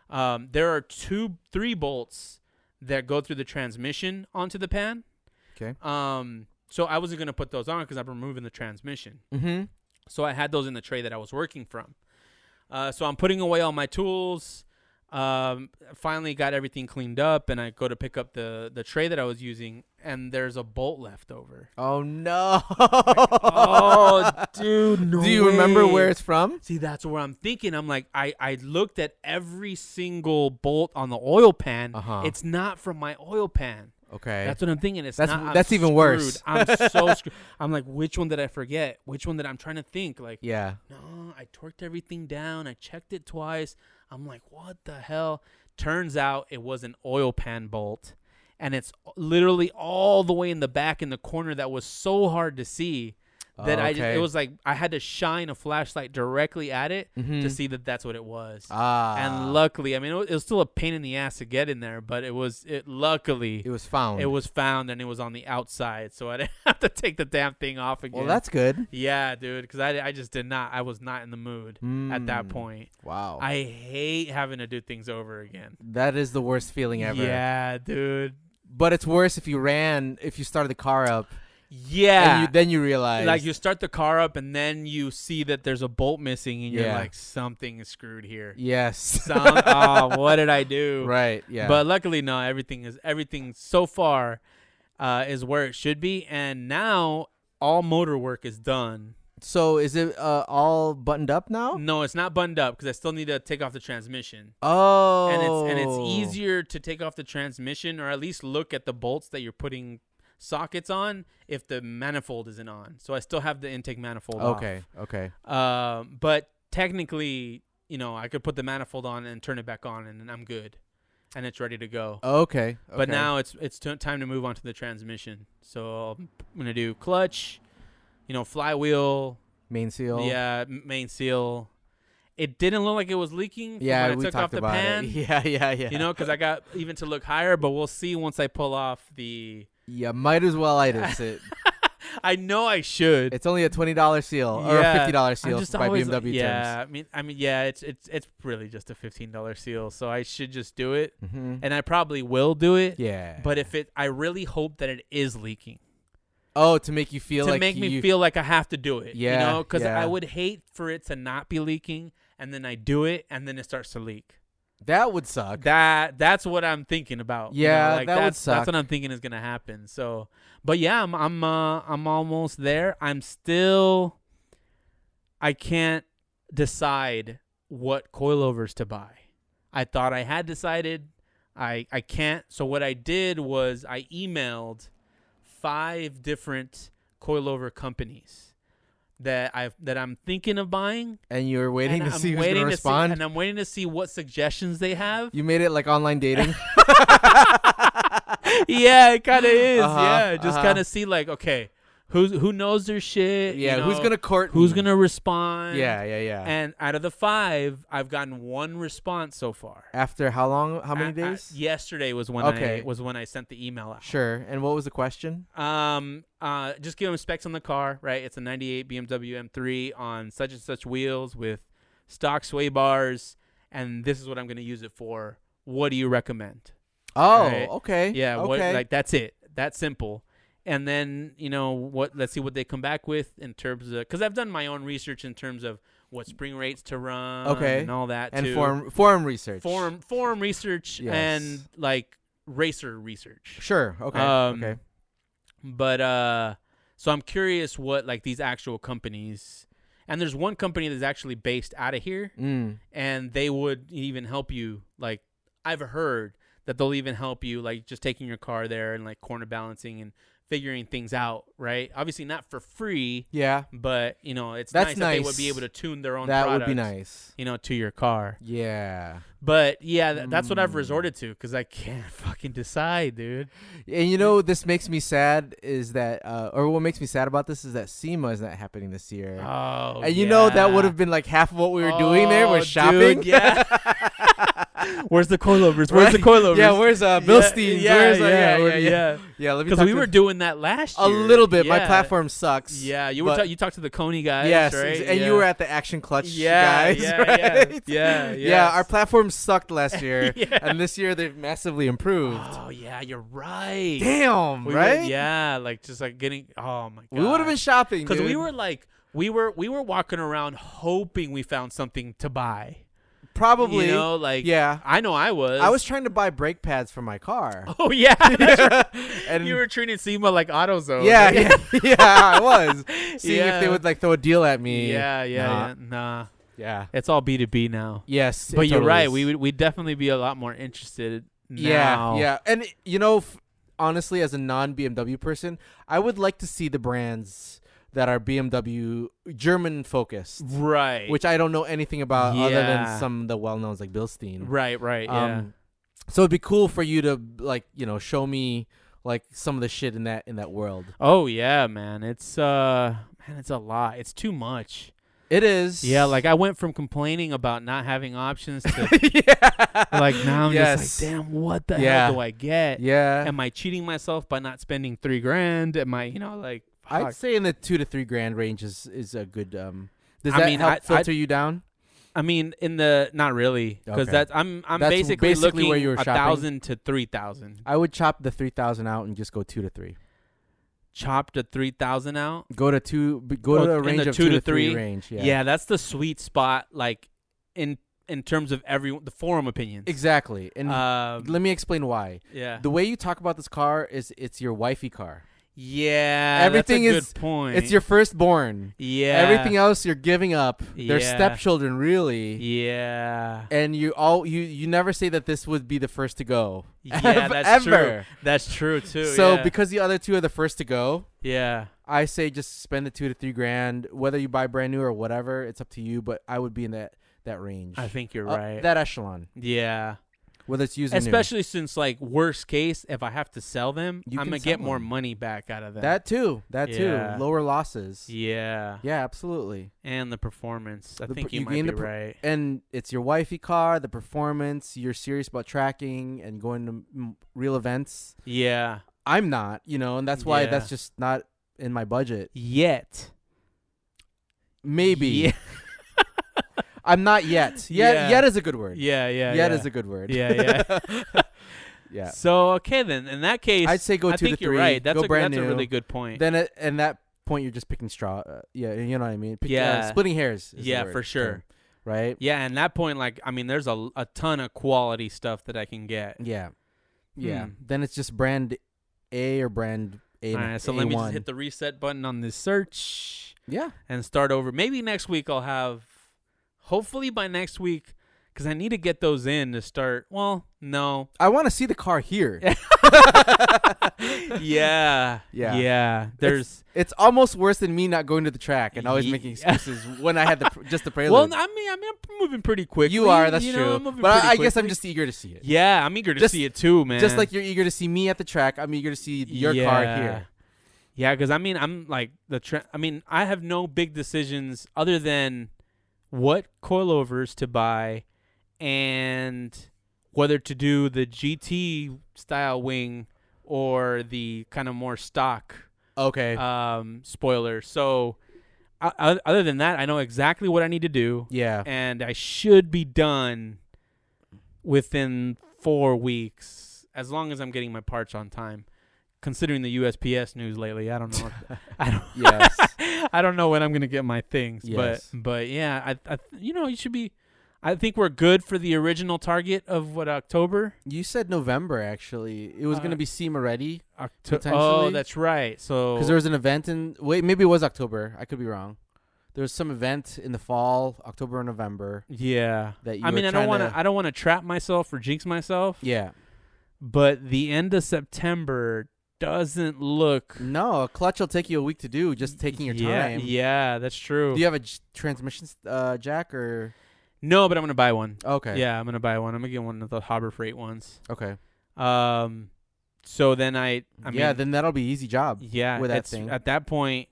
S2: Um, there are two, three bolts that go through the transmission onto the pan.
S1: Okay.
S2: Um, so I wasn't gonna put those on because I'm removing the transmission.
S1: Mm-hmm.
S2: So I had those in the tray that I was working from. Uh, so I'm putting away all my tools. Um, finally got everything cleaned up, and I go to pick up the the tray that I was using, and there's a bolt left over.
S1: Oh no.
S2: oh, dude, no
S1: Do you remember
S2: way.
S1: where it's from?
S2: See, that's where I'm thinking. I'm like, I, I looked at every single bolt on the oil pan.
S1: Uh-huh.
S2: It's not from my oil pan.
S1: Okay.
S2: That's what I'm thinking. It's
S1: That's-
S2: not. I'm
S1: that's even worse.
S2: screwed. I'm so screwed. I'm like, which one did I forget? Which one did I'm trying to think? Like,
S1: yeah.
S2: no, I torqued everything down. I checked it twice. I'm like, what the hell? Turns out it was an oil pan bolt. And it's literally all the way in the back in the corner that was so hard to see that I just,
S1: Okay.
S2: it was like I had to shine a flashlight directly at it to
S1: Mhm.
S2: see that that's what it was.
S1: Ah.
S2: and luckily, I mean, it was, it was still a pain in the ass to get in there, but it was it luckily
S1: it was found.
S2: it was found and it was on the outside, so I didn't have to take the damn thing off again.
S1: Well, that's good.
S2: yeah, dude, because I, I just did not I was not in the mood at that
S1: Mm.
S2: point.
S1: Wow.
S2: I hate having to do things over again.
S1: that is the worst feeling ever.
S2: Yeah, dude.
S1: But it's worse if you ran, if you started the car up,
S2: Yeah.
S1: and you, then you realize,
S2: like you start the car up and then you see that there's a bolt missing and you're
S1: Yeah.
S2: like something is screwed here.
S1: yes,
S2: Some, oh, what did I do?
S1: right, yeah,
S2: But luckily, no. Everything is everything so far uh, is where it should be, and now all motor work is done.
S1: So is it uh, all buttoned up now?
S2: No, it's not buttoned up because I still need to take off the transmission.
S1: Oh,
S2: And it's and it's easier to take off the transmission or at least look at the bolts that you're putting sockets on if the manifold isn't on. So I still have the intake manifold. off.
S1: Okay, okay,
S2: Um, but technically, you know, I could put the manifold on and turn it back on, and I'm good, and it's ready to go.
S1: okay, Oh, okay.
S2: But now it's it's t- time to move on to the transmission. So I'm gonna do clutch, you know, flywheel,
S1: main seal.
S2: yeah, m- main seal. It didn't look like it was leaking. from
S1: yeah,
S2: when I
S1: we
S2: took
S1: talked
S2: off the
S1: about
S2: pan,
S1: it. Yeah, yeah, yeah.
S2: You know, because I got even to look higher, but we'll see once I pull off the.
S1: yeah, might as well itis it.
S2: I know I should.
S1: It's only a twenty dollar seal or
S2: Yeah,
S1: a fifty dollar
S2: I'm
S1: seal
S2: just
S1: by
S2: always
S1: BMW
S2: like- yeah,
S1: terms.
S2: I mean, I mean, yeah, it's it's it's really just a fifteen dollar seal, so I should just do it,
S1: Mm-hmm.
S2: and I probably will do it.
S1: Yeah,
S2: But if it, I really hope that it is leaking
S1: oh, to make you feel
S2: to
S1: like
S2: make me
S1: you-
S2: feel like I have to do it.
S1: Yeah,
S2: you know, because
S1: yeah.
S2: I would hate for it to not be leaking, and then I do it, and then it starts to leak.
S1: that would suck.
S2: That that's what I'm thinking about. you know,
S1: Yeah,
S2: like
S1: that would
S2: that's
S1: suck.
S2: that's what I'm thinking is gonna happen. So, but yeah, I'm I'm uh, I'm almost there. I'm still. I can't decide what coilovers to buy. I thought I had decided. I I can't. So what I did was I emailed five different coilover companies that I that I'm thinking of buying.
S1: and you're waiting
S2: and
S1: to
S2: I'm
S1: see who's
S2: waiting
S1: gonna
S2: to see-
S1: respond.
S2: and I'm waiting to see what suggestions they have.
S1: you made it like online dating.
S2: yeah, it kind of is.
S1: Uh-huh,
S2: yeah, just
S1: uh-huh.
S2: kind of see like, okay, who's who knows their shit? you
S1: yeah, who's
S2: know,
S1: gonna court?
S2: who's
S1: me?
S2: gonna respond?
S1: Yeah, yeah, yeah.
S2: And out of the five, I've gotten one response so far.
S1: After how long? How many
S2: A- a-
S1: days?
S2: yesterday was when
S1: Okay.
S2: I was when I sent the email out.
S1: Sure. And what was the question?
S2: Um, uh, just give them specs on the car, right? It's a '98 BMW M3 on such and such wheels with stock sway bars, and this is what I'm gonna use it for. What do you recommend?
S1: Oh,
S2: Right.
S1: okay.
S2: Yeah,
S1: Okay.
S2: what like that's it. That simple. And then, you know, what let's see what they come back with in terms of cuz I've done my own research in terms of what spring rates to run
S1: Okay.
S2: and all that
S1: and
S2: too.
S1: forum forum research.
S2: forum forum research
S1: Yes.
S2: and like racer research.
S1: Sure. Okay.
S2: Um,
S1: okay.
S2: But uh so I'm curious what like these actual companies and there's one company that's actually based out of here
S1: Mm.
S2: and they would even help you like i've heard that they'll even help you like just taking your car there and like corner balancing and figuring things out right obviously not for free
S1: Yeah.
S2: but you know it's
S1: That's
S2: nice, that they would be
S1: nice.
S2: able to tune their own
S1: That would
S2: product,
S1: be nice.
S2: you know to your car
S1: Yeah.
S2: but yeah th- that's what i've
S1: Mm.
S2: resorted to because i can't fucking decide dude
S1: And you know this makes me sad is that uh, or what makes me sad about this is that SEMA is not happening this year.
S2: oh
S1: and you know that
S2: yeah.
S1: would have been like half of what we were doing there
S2: Oh,
S1: was
S2: dude,
S1: shopping.
S2: yeah where's the coilovers where's the
S1: Right?
S2: coilovers
S1: yeah, where's uh Bill Steen?
S2: yeah,
S1: where's, uh,
S2: yeah, yeah,
S1: where-
S2: yeah, yeah.
S1: Yeah, let me
S2: Because
S1: talk
S2: we
S1: to-
S2: were doing that last
S1: a
S2: year.
S1: little bit. My
S2: Yeah.
S1: platform sucks.
S2: Yeah, you were.
S1: but-
S2: ta- you talked to the Coney guys.
S1: yes,
S2: right?
S1: ex- and
S2: Yeah.
S1: you were at the action clutch
S2: Yeah,
S1: guys,
S2: yeah,
S1: right?
S2: yeah, yeah,
S1: yeah. Our
S2: yes.
S1: platform sucked last year,
S2: Yeah.
S1: and this year they've massively improved.
S2: Oh yeah, you're right.
S1: Damn,
S2: We were-
S1: right?
S2: yeah, like just like getting. Oh my god.
S1: we would have been shopping
S2: because we
S1: dude.
S2: were like we were we were walking around hoping we found something to buy.
S1: Probably.
S2: You know, like
S1: yeah.
S2: I know I was.
S1: I was trying to buy brake pads for my car.
S2: Oh yeah. that's right.
S1: and
S2: you were treating SEMA like AutoZone.
S1: yeah, yeah, yeah, I was seeing if they
S2: Yeah.
S1: would like throw a deal at me.
S2: Yeah, yeah,
S1: Nah.
S2: yeah. Nah.
S1: yeah.
S2: It's all B two B now.
S1: Yes, it
S2: but you're
S1: totally
S2: right.
S1: is.
S2: We would we'd definitely be a lot more interested now.
S1: Yeah, yeah, and you know, f- honestly, as a non BMW person, I would like to see the brands that are BMW German focused,
S2: Right.
S1: which I don't know anything about other than
S2: Yeah.
S1: some of the well knowns like Bilstein.
S2: right, right, yeah.
S1: Um, so it'd be cool for you to like you know show me like some of the shit in that in that world.
S2: Oh yeah, man. It's uh man, it's a lot. It's too much.
S1: It is.
S2: Yeah, like I went from complaining about not having options to
S1: yeah.
S2: like now I'm
S1: Yes.
S2: just like, damn, what the
S1: Yeah.
S2: hell do I get?
S1: yeah.
S2: Am I cheating myself by not spending three grand? Am I you know, like
S1: I'd
S2: fuck.
S1: say in the two to three grand range is is a good. Um, does
S2: I
S1: that
S2: mean,
S1: help
S2: I- I-
S1: filter you down?
S2: I mean, in the not really, because
S1: Okay.
S2: that's I'm I'm
S1: That's
S2: basically,
S1: basically
S2: looking
S1: where you were
S2: a
S1: shopping?
S2: thousand to three thousand,
S1: I would chop the three thousand out and just go two to three.
S2: chopped to three thousand out.
S1: Go to two. b- Go
S2: Oh,
S1: to a
S2: in
S1: range
S2: the
S1: of
S2: two
S1: two
S2: to
S1: to three
S2: three?
S1: range. Yeah.
S2: Yeah. that's the sweet spot, like in in terms of every the forum opinions.
S1: Exactly. And
S2: Um,
S1: let me explain why.
S2: yeah,
S1: The way you talk about this car is it's your wifey car.
S2: yeah,
S1: everything
S2: that's a
S1: is-
S2: good point.
S1: It's your firstborn.
S2: yeah,
S1: Everything else you're giving up. They're
S2: Yeah.
S1: stepchildren, really.
S2: Yeah,
S1: And you all you you never say that this would be the first to go.
S2: yeah, that's true.
S1: ever.
S2: That's true too.
S1: So
S2: yeah.
S1: because the other two are the first to go,
S2: yeah,
S1: I say just spend the two to three grand, whether you buy brand new or whatever. It's up to you, but I would be in that that range.
S2: I think you're
S1: Uh,
S2: right.
S1: That echelon,
S2: yeah.
S1: whether it's using
S2: especially since like worst case if i have to sell them
S1: You
S2: i'm
S1: can
S2: gonna
S1: sell
S2: get more
S1: them.
S2: money back out of them
S1: that too, that
S2: Yeah.
S1: too, lower losses. Yeah,
S2: yeah
S1: absolutely.
S2: and the performance i
S1: The
S2: think
S1: per-
S2: you,
S1: you
S2: might be
S1: gain the per-
S2: right
S1: And it's your wifey car, the performance. You're serious about tracking and going to m- real events.
S2: yeah
S1: I'm not, you know, and that's why
S2: Yeah.
S1: that's just not in my budget.
S2: yet
S1: Maybe
S2: yeah
S1: I'm not yet. Yet,
S2: Yeah.
S1: yet is a good word.
S2: yeah yeah
S1: yet
S2: yeah.
S1: is a good word.
S2: yeah yeah
S1: yeah.
S2: so okay then in that case
S1: I'd say go
S2: I
S1: two
S2: think
S1: to
S2: you're
S1: three.
S2: right that's,
S1: go
S2: a,
S1: brand
S2: that's
S1: new.
S2: a really good point
S1: Then at, and that point you're just picking straw. Uh, yeah, you know what I mean. Pick, uh,
S2: Yeah.
S1: splitting hairs. is the
S2: Yeah,
S1: word,
S2: for sure.
S1: term, right.
S2: yeah and that point like i mean there's a, a ton of quality stuff that i can get
S1: Yeah, yeah.
S2: Hmm.
S1: Then it's just brand A or brand A.
S2: all right so let me just hit the reset button on this search
S1: yeah.
S2: and start over. Maybe next week I'll have, hopefully by next week, because I need to get those in to start. Well, no.
S1: I want to see the car here.
S2: Yeah.
S1: Yeah.
S2: Yeah. There's.
S1: it's almost worse than me not going to the track and always
S2: Ye-
S1: making excuses when I had the pr- just the prelude.
S2: well, I mean, I mean, I'm moving pretty quick.
S1: you are. That's true. but I, I guess I'm just eager to see it.
S2: Yeah, I'm eager to
S1: Just-
S2: see it too, man.
S1: Just like you're eager to see me at the track, I'm eager to see your car here.
S2: Yeah, because I mean, I'm like the. Tra- I mean, I have no big decisions other than what coilovers to buy, and whether to do the GT style wing or the kind of more stock
S1: Okay.
S2: um, spoiler. So, I, I, other than that, I know exactly what I need to do,
S1: yeah.
S2: and I should be done within four weeks, as long as I'm getting my parts on time. Considering the USPS news lately, I don't know. I don't.
S1: yes.
S2: I don't know when I'm gonna get my things,
S1: Yes.
S2: but but yeah, I, I you know you should be. I think we're good for the original target of what October.
S1: You said November actually. It was
S2: Uh,
S1: gonna be SEMA ready
S2: October. Oh,
S1: Potentially.
S2: that's right. So
S1: because there was an event in wait maybe it was October. I could be wrong. There was some event in the fall, October or November
S2: yeah.
S1: that you.
S2: I mean,
S1: were
S2: I don't
S1: want
S2: to. I don't want to trap myself or jinx myself.
S1: Yeah.
S2: But the end of September doesn't look.
S1: No, a clutch will take you a week to do. Just taking your
S2: yeah,
S1: time.
S2: Yeah, that's true.
S1: Do you have a j- transmission uh, jack or?
S2: no, but I'm gonna buy one.
S1: Okay.
S2: Yeah, I'm gonna buy one. I'm gonna get one of the Harbor Freight ones.
S1: Okay.
S2: Um, so then I. I
S1: yeah.
S2: mean,
S1: Then that'll be easy job.
S2: yeah
S1: with that
S2: it's-
S1: thing.
S2: at that point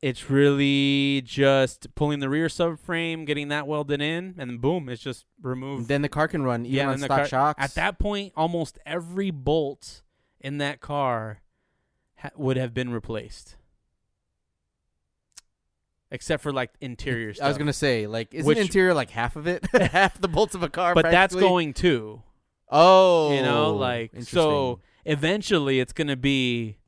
S2: it's really just pulling the rear subframe getting that welded in and boom it's just removed
S1: Then the car can run even
S2: Yeah,
S1: on
S2: then the
S1: stock
S2: car-
S1: shocks.
S2: at that point almost every bolt in that car ha- would have been replaced except for like interior stuff
S1: I was gonna say like isn't
S2: Which-
S1: interior like half of it? half the bolts of a car.
S2: but that's
S1: practically?
S2: going too
S1: Oh.
S2: you know like
S1: interesting.
S2: so eventually it's going to be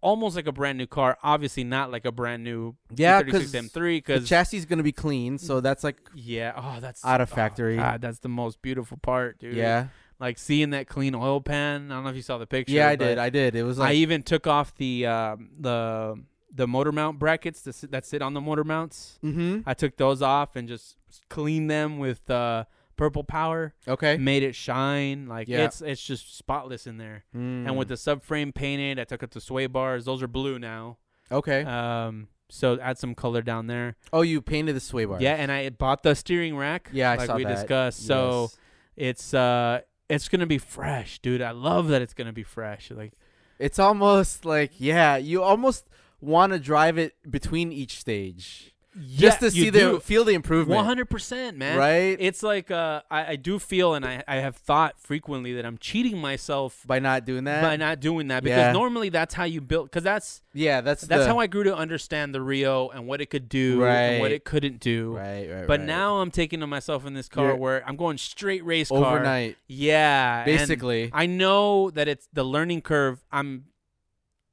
S2: almost like a brand new car. Obviously, not like a brand new E
S1: Yeah,
S2: 36 M3
S1: the
S2: because
S1: chassis is gonna be clean, so that's like
S2: yeah, oh that's
S1: Out of
S2: oh,
S1: factory.
S2: God, that's the most beautiful part, dude.
S1: yeah,
S2: like seeing that clean oil pan. I don't know if you saw the picture.
S1: yeah. I
S2: but
S1: did, I did. It was
S2: I
S1: like
S2: even took off the um the the motor mount brackets that sit, that sit on the motor mounts.
S1: mm-hmm.
S2: I took those off and just cleaned them with uh, purple power.
S1: okay.
S2: Made it shine like
S1: Yeah.
S2: it's it's just spotless in there.
S1: Mm.
S2: And
S1: Hmm.
S2: with the subframe painted, I took up the sway bars. Those are blue now.
S1: okay.
S2: Um, so add some color down there.
S1: oh, you painted the sway bar.
S2: Yeah, and I bought the steering rack.
S1: yeah. I
S2: like
S1: saw
S2: we
S1: that.
S2: discussed. So
S1: Yes.
S2: it's uh it's gonna be fresh, dude. I love that it's gonna be fresh. Like
S1: it's almost like yeah, you almost want to drive it between each stage just to see the feel the improvement.
S2: one hundred percent, man.
S1: Right
S2: It's like uh I, I do feel and I, I have thought frequently that I'm cheating myself
S1: by not doing that.
S2: by not doing that because
S1: Yeah.
S2: normally that's how you build because that's
S1: yeah, that's
S2: that's
S1: the,
S2: how I grew to understand the Rio and what it could do and what
S1: Right.
S2: it couldn't do.
S1: Right, right.
S2: But
S1: right.
S2: now I'm taking to myself in this car
S1: You're-
S2: where I'm going straight race car.
S1: overnight,
S2: Yeah. and-
S1: basically.
S2: I know that it's the learning curve. I'm,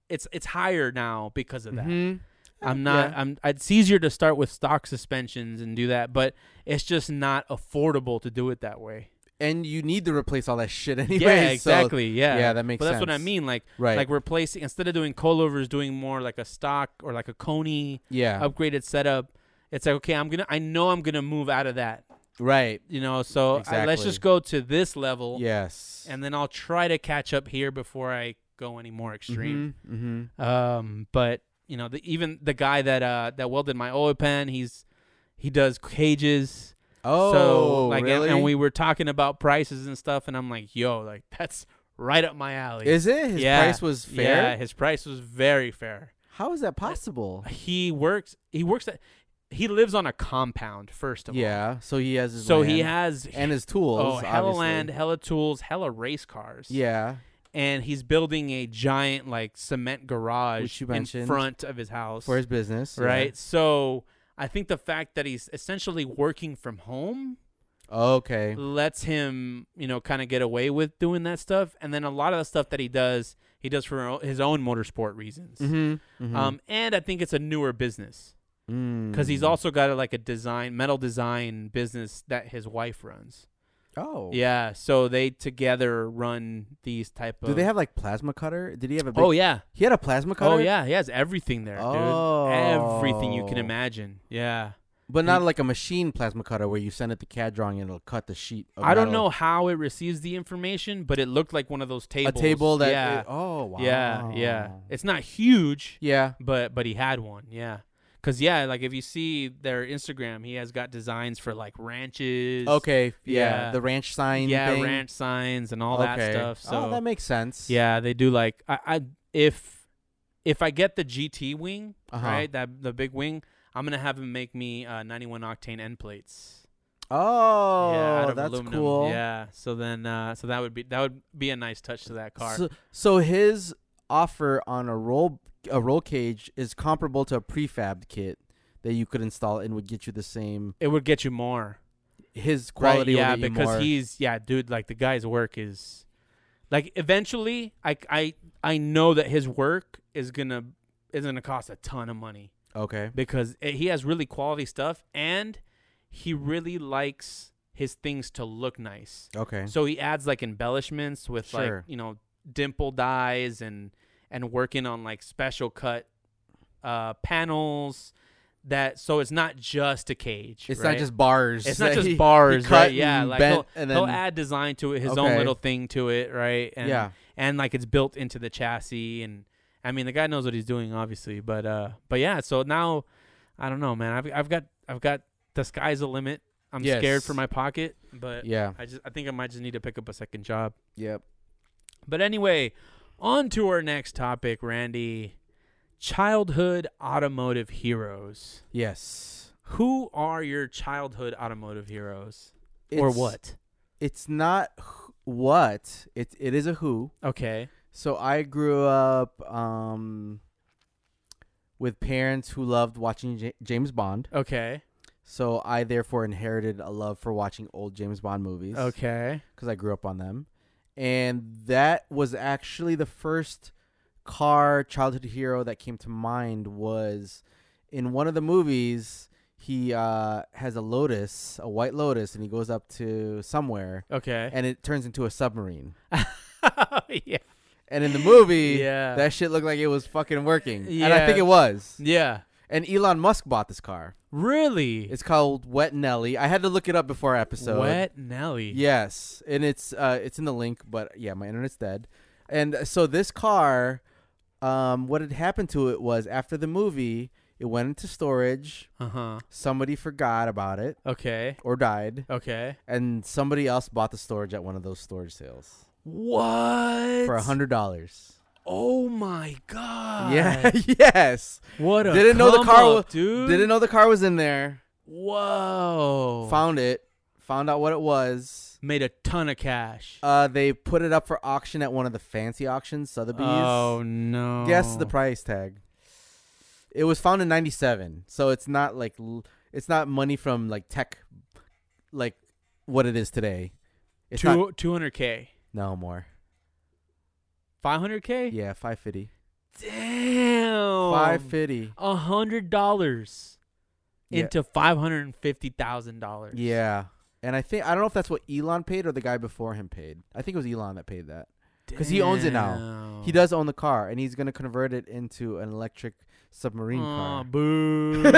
S2: it's it's higher now because of that.
S1: Mhm.
S2: I'm not.
S1: Yeah.
S2: I'm. It's easier to start with stock suspensions and do that, but it's just not affordable to do it that way.
S1: and you need to replace all that shit anyway.
S2: yeah,
S1: so-
S2: exactly. yeah,
S1: yeah, that makes
S2: But that's what I
S1: sense.
S2: mean. Like,
S1: Right.
S2: like replacing instead of doing coilovers, doing more like a stock or like a Coney
S1: yeah.
S2: upgraded setup. It's like okay, I'm gonna. I know I'm gonna move out of that.
S1: right.
S2: You know, so I, let's
S1: Exactly.
S2: just go to this level,
S1: Yes.
S2: and then I'll try to catch up here before I go any more extreme.
S1: Mhm, mhm.
S2: Um, but you know, the, even the guy that uh that welded my oil pan, he's he does cages.
S1: Oh,
S2: so, like, and-
S1: really?
S2: and, we were talking about prices and stuff, and I'm like, yo, like that's right up my alley.
S1: is it his
S2: Yeah,
S1: price was fair?
S2: Yeah, his price was very fair.
S1: How is that possible?
S2: He works. He works at. He lives on a compound. First of all.
S1: Yeah. So he has his
S2: So he
S1: land
S2: has.
S1: and his tools.
S2: Oh, hella
S1: obviously.
S2: land, hella tools, hella race cars.
S1: Yeah.
S2: and he's building a giant like cement garage
S1: Which you
S2: in
S1: mentioned.
S2: front of his house.
S1: For his business. yeah.
S2: right? So I think the fact that he's essentially working from home
S1: Okay.
S2: lets him, you know, kind of get away with doing that stuff. And then a lot of the stuff that he does, he does for o- his own motorsport reasons.
S1: Mm-hmm.
S2: Um, and I think it's a newer business because Um, he's
S1: Mm-hmm.
S2: also got a, like a design, metal design business that his wife runs.
S1: Oh.
S2: Yeah, so they together run these type of.
S1: Do they have like plasma cutter? Did he have a big?
S2: Oh yeah,
S1: He had a plasma cutter.
S2: oh yeah, he has everything there, dude. Everything you can
S1: Oh.
S2: imagine. Yeah.
S1: But not like a machine plasma cutter where you send it to CAD drawing and it'll cut the sheet. Of
S2: I don't
S1: metal.
S2: know how it receives the information, but it looked like one of those tables.
S1: A table that.
S2: yeah,
S1: it- oh wow.
S2: yeah, yeah. It's not huge,
S1: Yeah.
S2: but but he had one, yeah. Cause yeah, like if you see their Instagram, he has got designs for like ranches.
S1: Okay. Yeah.
S2: yeah.
S1: The ranch sign.
S2: Yeah,
S1: thing.
S2: ranch signs and all that
S1: Okay.
S2: stuff. So
S1: oh, that makes sense.
S2: yeah, they do like I, I if if I get the GT wing,
S1: Uh-huh.
S2: right, that the big wing, I'm gonna have him make me uh, 91 octane end plates.
S1: Oh,
S2: yeah, out of
S1: that's
S2: aluminum.
S1: cool.
S2: Yeah. So then, uh, so that would be that would be a nice touch to that car.
S1: So, so his offer on a roll a roll cage is comparable to a prefab kit that you could install and would get you the same
S2: it would get you more
S1: his
S2: right?
S1: quality.
S2: Yeah,
S1: would get you
S2: because
S1: more.
S2: he's yeah, dude. Like the guy's work is, like eventually, I I I know that his work is gonna is gonna cost a ton of money
S1: okay.
S2: because it, he has really quality stuff and he really likes his things to look nice.
S1: Okay.
S2: So he adds like embellishments with like
S1: Sure.
S2: you know dimple dyes and and working on like special cut uh panels that so it's not just a cage.
S1: It's
S2: right?
S1: not just bars.
S2: it's not
S1: that
S2: just
S1: he- he
S2: bars.
S1: cut
S2: right? Yeah,
S1: and
S2: like
S1: bent
S2: he'll,
S1: and
S2: he'll
S1: then-
S2: add design to it, his own
S1: Okay.
S2: little thing to it, right? And,
S1: yeah.
S2: and like it's built into the chassis and I mean the guy knows what he's doing obviously, but uh but yeah, so now I don't know, man. I've I've got I've got the sky's the limit. I'm scared
S1: Yes.
S2: for my pocket, but
S1: Yeah.
S2: I just I think I might just need to pick up a second job.
S1: Yep.
S2: But anyway, on to our next topic, Randy. Childhood automotive heroes.
S1: Yes.
S2: Who are your childhood automotive heroes? or
S1: It's-
S2: what?
S1: It's not wh- what. It it is a who.
S2: Okay.
S1: So I grew up um with parents who loved watching J- James Bond.
S2: Okay.
S1: So I therefore inherited a love for watching old James Bond movies
S2: Okay.
S1: because I grew up on them. And that was actually the first car childhood hero that came to mind was in one of the movies. He uh, has a lotus, a white lotus, and he goes up to somewhere,
S2: Okay.
S1: and it turns into a submarine.
S2: yeah.
S1: And in the movie,
S2: Yeah.
S1: that shit looked like it was fucking working, and I think
S2: Yeah.
S1: it was.
S2: yeah.
S1: And Elon Musk bought this car.
S2: Really?
S1: It's called Wet Nelly. I had to look it up before our episode.
S2: Wet Nelly.
S1: Yes, and it's uh, it's in the link, but yeah, my internet's dead. And uh, so this car, um, what had happened to it was after the movie, it went into storage.
S2: Uh huh.
S1: Somebody forgot about it
S2: Okay.
S1: or died,
S2: Okay.
S1: and somebody else bought the storage at one of those storage sales
S2: What?
S1: for a hundred dollars.
S2: Oh my god.
S1: Yeah, yes.
S2: What a
S1: Didn't know the
S2: come
S1: car
S2: up,
S1: wa-
S2: dude.
S1: Didn't know the car was in there.
S2: Whoa.
S1: Found it. Found out what it was.
S2: Made a ton of cash.
S1: Uh, they put it up for auction at one of the fancy auctions, Sotheby's.
S2: oh no.
S1: Guess the price tag. It was found in '97, so it's not like l- it's not money from like tech, like what it is today. It's not,
S2: Two two hundred k.
S1: no more.
S2: Five hundred k.
S1: Yeah, five fifty.
S2: Damn.
S1: Five fifty.
S2: A hundred dollars
S1: Yeah.
S2: into five hundred and fifty thousand dollars.
S1: Yeah, and I think I don't know if that's what Elon paid or the guy before him paid. I think it was Elon that paid that. 'Cause he owns it now.
S2: Oh.
S1: He does own the car, and he's gonna convert it into an electric submarine
S2: Aw,
S1: car.
S2: Boo.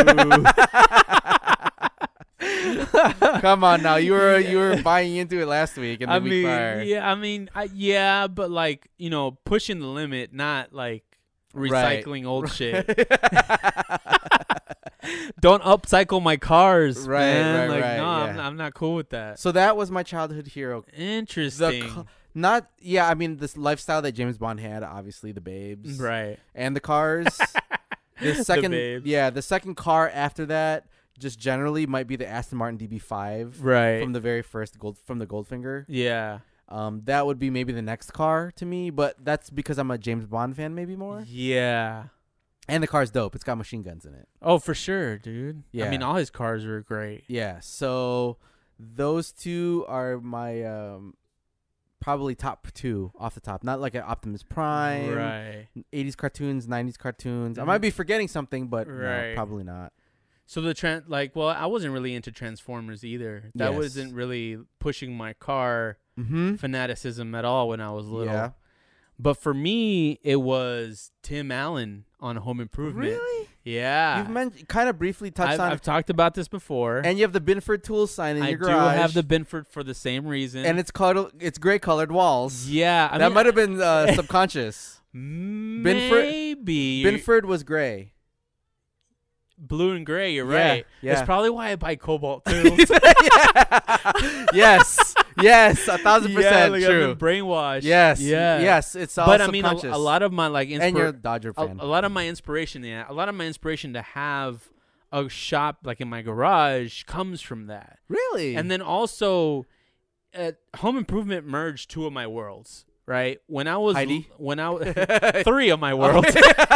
S1: Come on now, you were you were buying into it last week, and then
S2: I
S1: we
S2: mean,
S1: fired.
S2: yeah, I mean, I, yeah, but like you know, pushing the limit, not like
S1: Right.
S2: recycling old shit. Don't upcycle my cars,
S1: Right,
S2: man.
S1: right,
S2: like,
S1: right,
S2: no, I'm,
S1: yeah.
S2: I'm not cool with that.
S1: so that was my childhood hero. The
S2: Interesting,
S1: ca- not yeah, I mean this lifestyle that James Bond had, obviously the babes
S2: right?
S1: and the cars. the
S2: The
S1: second
S2: babes.
S1: yeah, the second car after that just generally might be the Aston Martin DB5
S2: Right.
S1: from the very first gold from the Goldfinger.
S2: yeah.
S1: Um that would be maybe the next car to me, but that's because I'm a James Bond fan maybe
S2: Mm-hmm.
S1: more.
S2: Yeah.
S1: And the car's dope. It's got machine guns in it.
S2: Oh, for sure, dude. I mean,
S1: Yeah.
S2: all his cars were great.
S1: Yeah, so those two are my um probably top two off the top. Not like an Optimus Prime,
S2: Right.
S1: 80s cartoons, 90s cartoons. I
S2: Mhm.
S1: might be forgetting something, but no,
S2: Right.
S1: probably not.
S2: So the trend, like, well, I wasn't really into Transformers either. That
S1: Yes.
S2: wasn't really pushing my car
S1: Mm-hmm.
S2: fanaticism at all when I was little.
S1: Yeah.
S2: But for me, it was Tim Allen on Home Improvement.
S1: Really?
S2: Yeah.
S1: You've mentioned kind of briefly touched
S2: I've,
S1: on
S2: I've talked about this before.
S1: and you have the Binford Tools sign in
S2: I
S1: your
S2: do
S1: garage.
S2: have the Benford for the same reason.
S1: and it's colored, it's gray colored walls.
S2: yeah, I
S1: that
S2: mean,
S1: might have been uh, subconscious. Benford-
S2: maybe
S1: Binford was gray.
S2: blue and gray. You're
S1: Yeah,
S2: right.
S1: yeah.
S2: That's probably why I buy Cobalt too.
S1: yes, yes, a thousand
S2: yeah,
S1: percent
S2: like
S1: true.
S2: I've been brainwashed.
S1: Yes,
S2: Yeah.
S1: yes, it's all
S2: but I mean, a,
S1: subconscious.
S2: a lot of my like inspira-
S1: and you're a Dodger
S2: a,
S1: fan.
S2: a lot of my inspiration, yeah, a lot of my inspiration to have a shop like in my garage comes from that.
S1: really?
S2: And then also, uh, Home Improvement merged two of my worlds. Right when I was
S1: Heidi? Oh,
S2: when I was three of my worlds.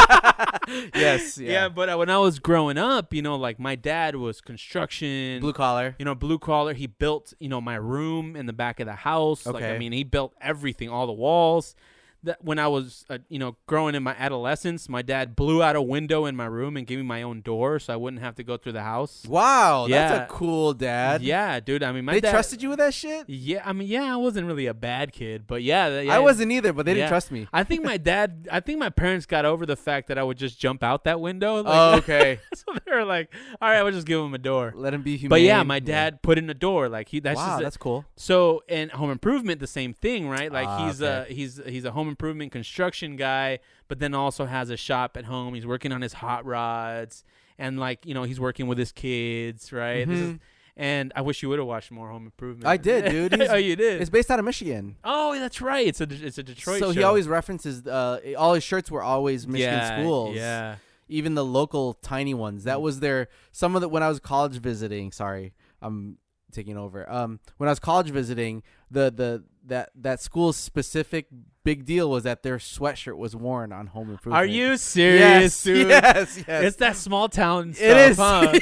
S1: yes,
S2: yeah.
S1: yeah,
S2: but uh, when I was growing up, you know, like my dad was construction,
S1: blue collar.
S2: you know, blue collar. He built, you know, my room in the back of the house. Like,
S1: Okay.
S2: I mean, he built everything, all the walls. That when I was, uh, you know, growing in my adolescence, my dad blew out a window in my room and gave me my own door, so I wouldn't have to go through the house.
S1: Wow,
S2: Yeah.
S1: that's a cool dad.
S2: Yeah, dude. I mean, my
S1: they
S2: dad.
S1: trusted you with that shit.
S2: Yeah, I mean, yeah, I wasn't really a bad kid, but yeah, th- yeah
S1: I wasn't either, but they didn't
S2: Yeah.
S1: trust me.
S2: I think my dad. I think my parents got over the fact that I would just jump out that window. Like,
S1: oh, okay.
S2: so they were like, "All right, we'll just give him a door."
S1: Let him be humane.
S2: But yeah, my dad put in a door. Like he, that's
S1: wow,
S2: just a-
S1: that's cool.
S2: So in Home Improvement, the same thing, right? Like
S1: Ah,
S2: he's
S1: okay.
S2: a he's he's a home improvement construction guy, but then also has a shop at home. He's working on his hot rods, and like you know he's working with his kids, right? This is,
S1: Mhm.
S2: and I wish you would have watched more Home Improvement.
S1: I did, dude. He's-
S2: oh, you did.
S1: It's based out of Michigan.
S2: oh, that's right. It's a De- it's a Detroit.
S1: so he
S2: show.
S1: always references uh, all his shirts were always Michigan
S2: yeah,
S1: schools.
S2: Yeah.
S1: even the local tiny ones.
S2: Mm.
S1: That was their some of the when I was college visiting. Sorry, I'm taking over. Um, when I was college visiting, the the that that school's specific big deal was that their sweatshirt was worn on Home Improvement.
S2: Are you serious,
S1: yes,
S2: dude?
S1: Yes, yes.
S2: It's that small town stuff,
S1: It is.
S2: huh?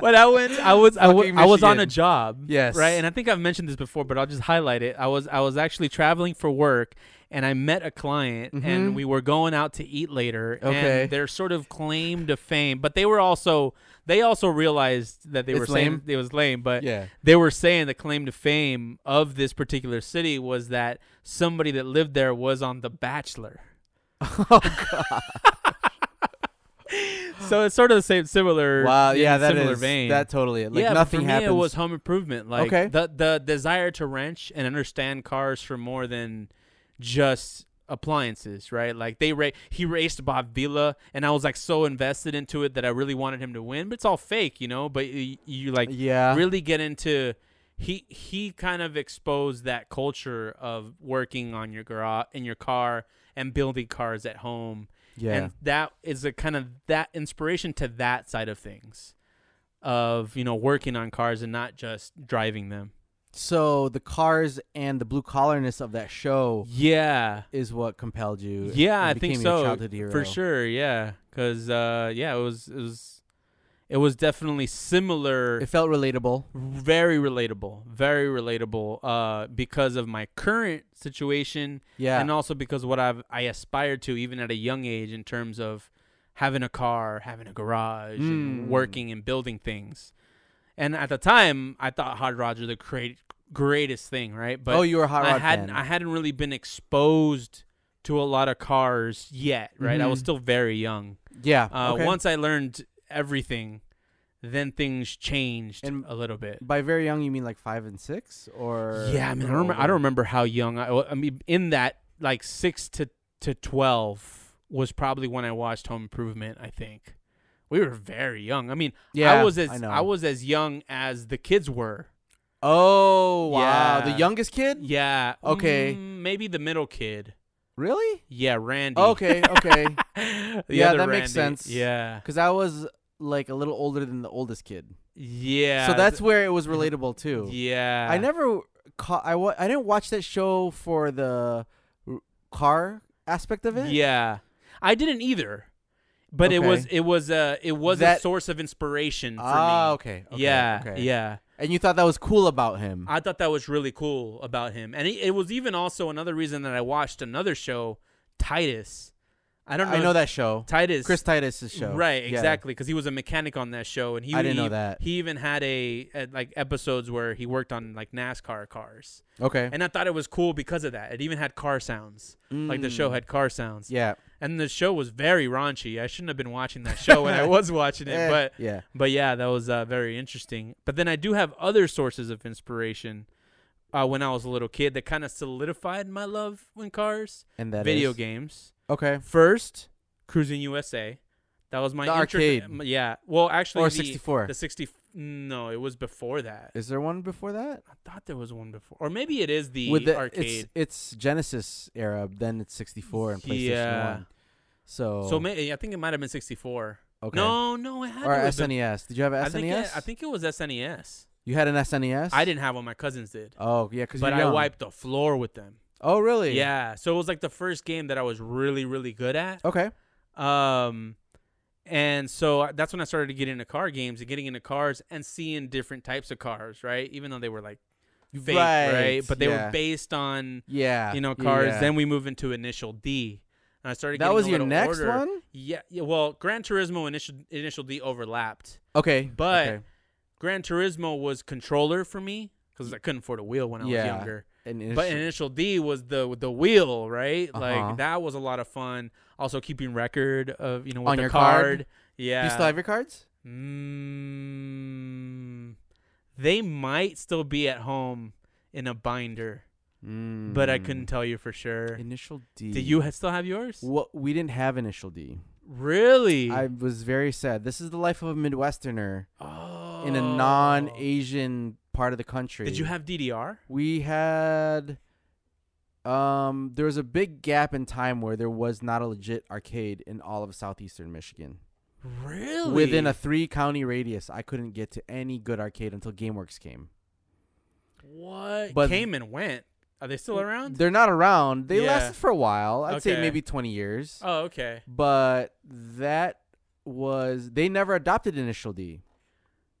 S2: when I went, I was I was,
S1: Fucking
S2: I was on a
S1: Michigan.
S2: job.
S1: Yes.
S2: Right, and I think I've mentioned this before, but I'll just highlight it. I was I was actually traveling for work, and I met a client,
S1: Mhm.
S2: and we were going out to eat later.
S1: Okay.
S2: And their sort of claim to fame, but they were also they also realized that they
S1: It's
S2: were saying
S1: lame.
S2: it was lame, but
S1: yeah.
S2: they were saying the claim to fame of this particular city was that somebody that lived there was on The Bachelor.
S1: Oh,
S2: So it's sort of the same, similar.
S1: wow. Yeah,
S2: in
S1: that
S2: similar
S1: is-
S2: vein.
S1: that totally it. Like
S2: yeah, but
S1: nothing
S2: for me,
S1: happens.
S2: It was Home Improvement. Like
S1: Okay.
S2: the the desire to wrench and understand cars for more than just appliances, right? Like they ra- he raced Bob Vila, and I was like so invested into it that I really wanted him to win. But it's all fake, you know. But you, you like
S1: yeah.
S2: really get into he he kind of exposed that culture of working on your garage in your car and building cars at home
S1: yeah.
S2: and that is a kind of that inspiration to that side of things of you know working on cars and not just driving them
S1: so the cars and the blue collarness of that show
S2: yeah
S1: is what compelled you.
S2: yeah
S1: and
S2: i think
S1: became your
S2: so
S1: childhood hero.
S2: for sure yeah because uh yeah it was it was it was definitely similar
S1: It felt relatable.
S2: very relatable very relatable uh because of my current situation
S1: Yeah.
S2: and uh, also because what I've I aspired to even at a young age in terms of having a car, having a garage,
S1: Mm.
S2: and working and building things. And at the time, I thought Hot Rods were the great, greatest thing, right? But
S1: oh, you were a hot
S2: I
S1: rod
S2: hadn't
S1: fan.
S2: I hadn't really been exposed to a lot of cars yet, right? I was
S1: Mhm.
S2: still very young.
S1: yeah.
S2: Uh,
S1: okay.
S2: Once I learned everything, then things changed
S1: And-
S2: a little bit.
S1: By very young, you mean like five and six, or
S2: Yeah, I mean,
S1: or
S2: I, remember, I
S1: older?
S2: don't remember how young I. wa- I mean, in that like six to to twelve was probably when I watched Home Improvement. I think we were very young. I mean,
S1: Yeah,
S2: I was as
S1: I,
S2: I,
S1: know.
S2: was as young as the kids were.
S1: Oh wow,
S2: Yeah.
S1: the youngest kid.
S2: Yeah.
S1: Okay.
S2: mm, maybe the middle kid.
S1: Really?
S2: Yeah, Randy.
S1: Okay, okay.
S2: The
S1: Yeah,
S2: other
S1: that makes
S2: Randy.
S1: sense.
S2: Yeah.
S1: Because I was like a little older than the oldest kid,
S2: Yeah.
S1: so that's
S2: th- Mm-hmm.
S1: where it was relatable too.
S2: Yeah.
S1: I never caught. I wa- I didn't watch that show for the r- car aspect of it.
S2: Yeah, I didn't either. But it was
S1: Okay.
S2: it was a it was
S1: That-
S2: a source of inspiration for
S1: Ah,
S2: me.
S1: okay, okay,
S2: yeah,
S1: okay.
S2: yeah.
S1: And you thought that was cool about him.
S2: I thought that was really cool about him, and it, it was even also another reason that I watched another show, Titus. I don't know.
S1: I know
S2: if-
S1: that show.
S2: Titus.
S1: Chris Titus' show.
S2: Right,
S1: Yeah.
S2: exactly, E because he was a mechanic on that show, and he
S1: I didn't know
S2: he-
S1: that.
S2: he even had a, a like episodes where he worked on like NASCAR cars,
S1: Okay.
S2: and I thought it was cool because of that. It even had car sounds, like the show
S1: Mm.
S2: had car sounds.
S1: Yeah.
S2: and the show was very raunchy. I shouldn't have been watching that show when I was watching it,
S1: Eh,
S2: but
S1: yeah.
S2: but yeah, that was uh, very interesting. But then I do have other sources of inspiration uh, when I was a little kid that kind of solidified my love in cars,
S1: And that
S2: video
S1: is-
S2: games.
S1: Okay.
S2: First, Cruising USA. That was my
S1: The
S2: intro-
S1: arcade.
S2: m- Yeah. Well, actually,
S1: Or
S2: the-
S1: 64.
S2: The sixty. No, it was before that.
S1: Is there one before that?
S2: I thought there was one before, or maybe it is the, arcade.
S1: It's, it's Genesis era, then it's 64 and PlayStation
S2: Yeah.
S1: 1. So,
S2: So may- I think it might have been sixty-four.
S1: Oh. okay.
S2: No, no, it had
S1: or E,
S2: to have been-
S1: SNES. Did you have an
S2: I
S1: SNES?
S2: think, it, I think it was SNES.
S1: E you had an SNES?
S2: I didn't have one. My cousins did.
S1: Oh, yeah, cuz
S2: but
S1: you're
S2: I
S1: young.
S2: wiped the floor with them.
S1: Oh, really?
S2: Yeah. So it was like the first game that I was really, really good at.
S1: Okay.
S2: Um, and so I- that's when I started to get into car games and getting into cars and seeing different types of cars, right? Even though they were like fake, right? But they
S1: yeah.
S2: were based on
S1: Yeah.
S2: you know
S1: yeah,
S2: cars.
S1: yeah.
S2: Then we move into Initial D, and I started.
S1: That
S2: getting
S1: was
S2: a
S1: your
S2: little
S1: next
S2: order.
S1: one?
S2: Yeah. Yeah. Well, Gran Turismo Initial Initial D overlapped.
S1: Okay.
S2: But
S1: okay.
S2: Gran Turismo was controller for me because I couldn't afford a wheel when I
S1: Yeah.
S2: was younger.
S1: And
S2: But
S1: initial-
S2: initial D was the the wheel, right?
S1: Uh-huh.
S2: Like that was a lot of fun. Also keeping record of you know with
S1: On
S2: the
S1: your
S2: card.
S1: card?
S2: Yeah.
S1: Do you still have your cards?
S2: mm, they might still be at home in a binder, but I
S1: Hmm.
S2: couldn't tell you for sure.
S1: Initial D.
S2: Do you ha- still have yours?
S1: What we didn't have initial D.
S2: Really?
S1: I was very sad. This is the life of a Midwesterner
S2: oh.
S1: in a non-Asian part of the country.
S2: Did you have DDR?
S1: We had. Um, there was a big gap in time where there was not a legit arcade in all of southeastern Michigan.
S2: Really?
S1: Within a three-county radius, I couldn't get to any good arcade until GameWorks came.
S2: what
S1: but-
S2: came and went. Are they still around?
S1: They're not around. They
S2: Yeah.
S1: lasted for a while. I'd say
S2: Okay.
S1: maybe 20 years.
S2: Oh, okay.
S1: But that was they never adopted Initial D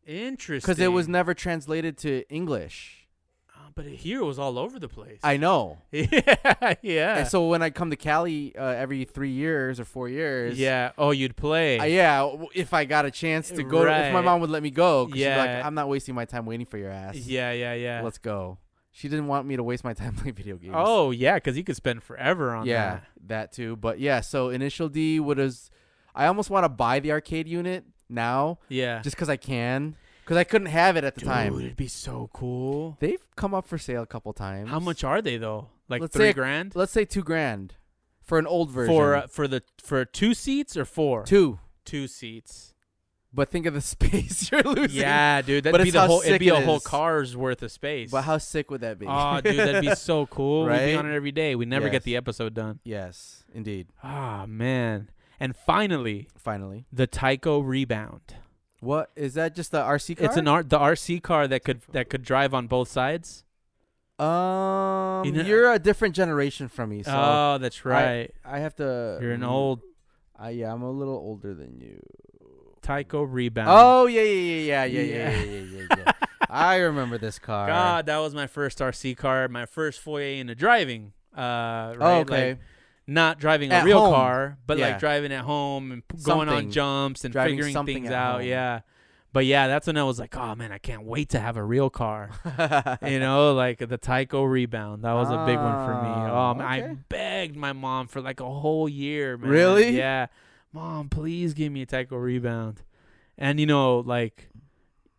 S2: Interesting.
S1: because it was never translated to English.
S2: Oh, but here it was all over the place.
S1: I know.
S2: yeah, yeah,
S1: And so when I come to Cali uh, every three years or four years,
S2: yeah. Oh, you'd play.
S1: I- yeah, w- if I got a chance to go, if my
S2: Right.
S1: mom would let me go, 'cause she'd be like,
S2: Yeah.
S1: I'm not wasting my time waiting for your ass.
S2: yeah, yeah, yeah.
S1: let's go. She didn't want me to waste my time playing video games.
S2: oh, yeah, because you could spend forever on
S1: yeah,
S2: that.
S1: that too. But yeah, so Initial D would is. I almost want to buy the arcade unit now
S2: Yeah.
S1: just because I can, because I couldn't have it at the
S2: Dude,
S1: time.
S2: it'd be so cool.
S1: They've come up for sale a couple times.
S2: How much are they though? Like
S1: Let's
S2: three
S1: say-
S2: grand
S1: Let's say two grand for an old version.
S2: for uh, for the for two seats or four?
S1: two,
S2: Two seats.
S1: but think of the space you're losing.
S2: Yeah, dude, that'd
S1: But
S2: be
S1: it's
S2: the
S1: how
S2: whole. It'd
S1: sick
S2: be
S1: it
S2: a whole
S1: is.
S2: car's worth of space.
S1: But how sick would that be?
S2: Oh, dude, that'd be so cool. We'd be
S1: Right?
S2: on it every day. We never
S1: Yes.
S2: get the episode done.
S1: yes, indeed.
S2: Ah, man. And finally,
S1: Finally,
S2: the Tyco Rebound.
S1: what is that? Just the RC car?
S2: It's an R- the RC car that could that could drive on both sides.
S1: um.
S2: You know-
S1: you're a different generation from me, so
S2: oh, that's right.
S1: I um, have to. mm,
S2: You're an old
S1: I, yeah, I'm a little older than you.
S2: Tyco Rebound.
S1: Oh yeah yeah yeah yeah yeah
S2: Yeah.
S1: yeah yeah yeah. yeah, yeah. I remember this car.
S2: God, that was my first RC car, my first foyer into driving. Uh, right?
S1: Oh,
S2: Like,
S1: okay.
S2: not driving a
S1: At
S2: real
S1: home.
S2: car, but
S1: Yeah.
S2: like driving at home and p- going on
S1: Something.
S2: jumps and
S1: Driving
S2: figuring
S1: something
S2: things
S1: at
S2: out.
S1: home.
S2: Yeah. But yeah, that's when I was like, oh man, I can't wait to have a real car. you know, like the Tyco rebound. That was a big one for me.
S1: Ah,
S2: Um, I
S1: okay.
S2: begged my mom for like a whole year, man.
S1: Really?
S2: Yeah. Mom, please give me a Tyco rebound. And you know, like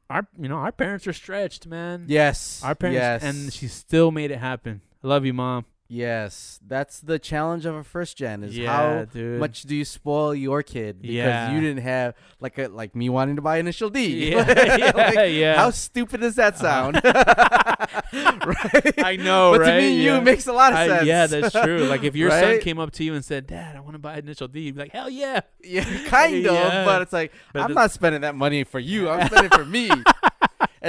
S2: our you know, our parents are stretched, man.
S1: yes.
S2: Our parents
S1: Yes.
S2: and she still made it happen. I love you, mom.
S1: yes. That's the challenge of a first gen is
S2: yeah,
S1: how
S2: dude.
S1: much do you spoil your kid because
S2: Yeah.
S1: you didn't have like a, like me wanting to buy Initial D.
S2: Yeah,
S1: Like,
S2: yeah, yeah.
S1: How stupid does that sound? right.
S2: I know,
S1: but
S2: right?
S1: to me,
S2: yeah.
S1: you it makes a lot of
S2: I-
S1: sense.
S2: yeah, that's true. Like if your son
S1: Right?
S2: came up to you and said, "Dad, I want to buy an initial D," you'd be like, "Hell yeah!"
S1: Yeah, kind of,
S2: Yeah.
S1: but it's like
S2: But
S1: I'm
S2: the-
S1: not spending that money for you. I'm spending it for me. And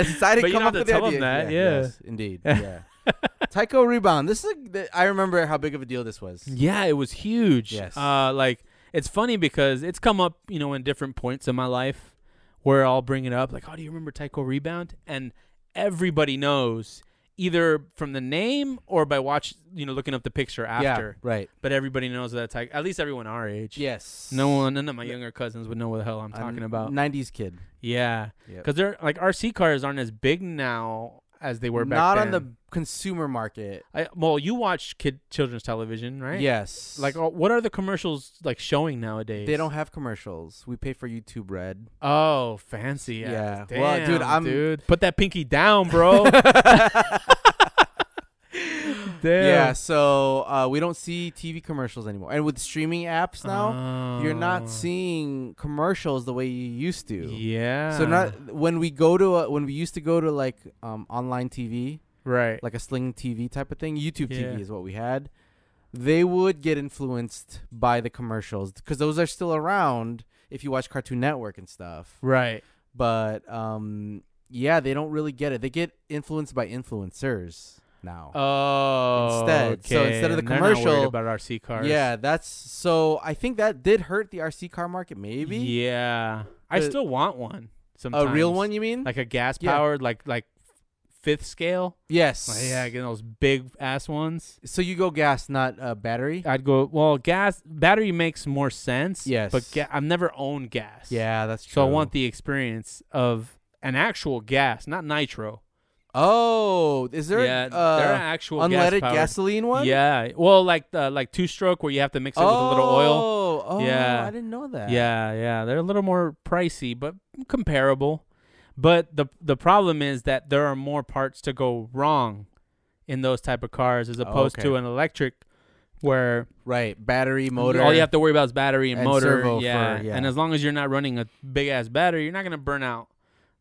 S1: since I
S2: But
S1: didn't
S2: you
S1: come
S2: don't
S1: up
S2: have
S1: with
S2: to
S1: the
S2: tell 'em
S1: idea.
S2: that,
S1: Yeah,
S2: yeah.
S1: Yes, indeed. Yeah. Tyco rebound. This is. A, th- I remember how big of a deal this was.
S2: Yeah, it was huge.
S1: Yes.
S2: Uh, like it's funny because it's come up, you know, in different points in my life where I'll bring it up, like, "Oh, do you remember Tycho Rebound?" And everybody knows either from the name or by watch, you know, looking up the picture after.
S1: Yeah. Right.
S2: But everybody knows that Tycho. At least everyone our age.
S1: Yes.
S2: No one, none of my younger cousins would know what the hell I'm talking about.
S1: '90s kid.
S2: Yeah,
S1: Yep.
S2: because they're like RC cars aren't as big now as they were back
S1: not on
S2: then.
S1: the consumer market.
S2: I, well, you watch kid children's television, right?
S1: Yes.
S2: Like, uh, what are the commercials like showing nowadays?
S1: they don't have commercials. We pay for YouTube Red.
S2: Oh, fancy. Yeah.
S1: Yeah. Well, dude, I'm-
S2: dude. Put that pinky down, bro. Damn.
S1: Yeah. So uh, we don't see TV commercials anymore. And with streaming apps now, you're
S2: Oh.
S1: not seeing commercials the way you used to.
S2: Yeah.
S1: So not when we go to a, when we used to go to like um, online TV,
S2: right.
S1: like a sling TV type of thing. YouTube
S2: Yeah.
S1: TV is what we had. They would get influenced by the commercials because those are still around if you watch Cartoon Network and stuff.
S2: right.
S1: But um, yeah, they don't really get it. They get influenced by influencers now.
S2: Oh.
S1: Instead- so
S2: okay.
S1: instead of the
S2: And they're not worried
S1: commercial-
S2: about RC cars.
S1: yeah, that's so. I think that did hurt the RC car market. Maybe
S2: Yeah. I
S1: The-
S2: still want one.
S1: a
S2: Sometimes.
S1: real one, you mean?
S2: like a gas powered, like like fifth scale.
S1: yes.
S2: Like, yeah, getting those big ass ones.
S1: So you go gas, not uh, battery.
S2: I'd go well. Gas battery makes more sense.
S1: Yes.
S2: but ga- I've never owned gas.
S1: yeah, that's true.
S2: so I want the experience of an actual gas, not nitro.
S1: Oh, is there
S2: yeah,
S1: a, uh,
S2: they're actual
S1: unleaded
S2: gas-powered.
S1: gasoline one?
S2: Yeah, well, like the like two stroke where you have to mix it with a little oil.
S1: Oh, oh,
S2: Yeah.
S1: I didn't know that.
S2: Yeah, yeah, they're a little more pricey, but comparable. But the the problem is that there are more parts to go wrong in those type of cars as opposed
S1: okay.
S2: to an electric, where
S1: Right. Battery, motor.
S2: All you have to worry about is battery and,
S1: and
S2: motor.
S1: servo for-
S2: yeah.
S1: yeah.
S2: and as long as you're not running a big ass battery, you're not gonna burn out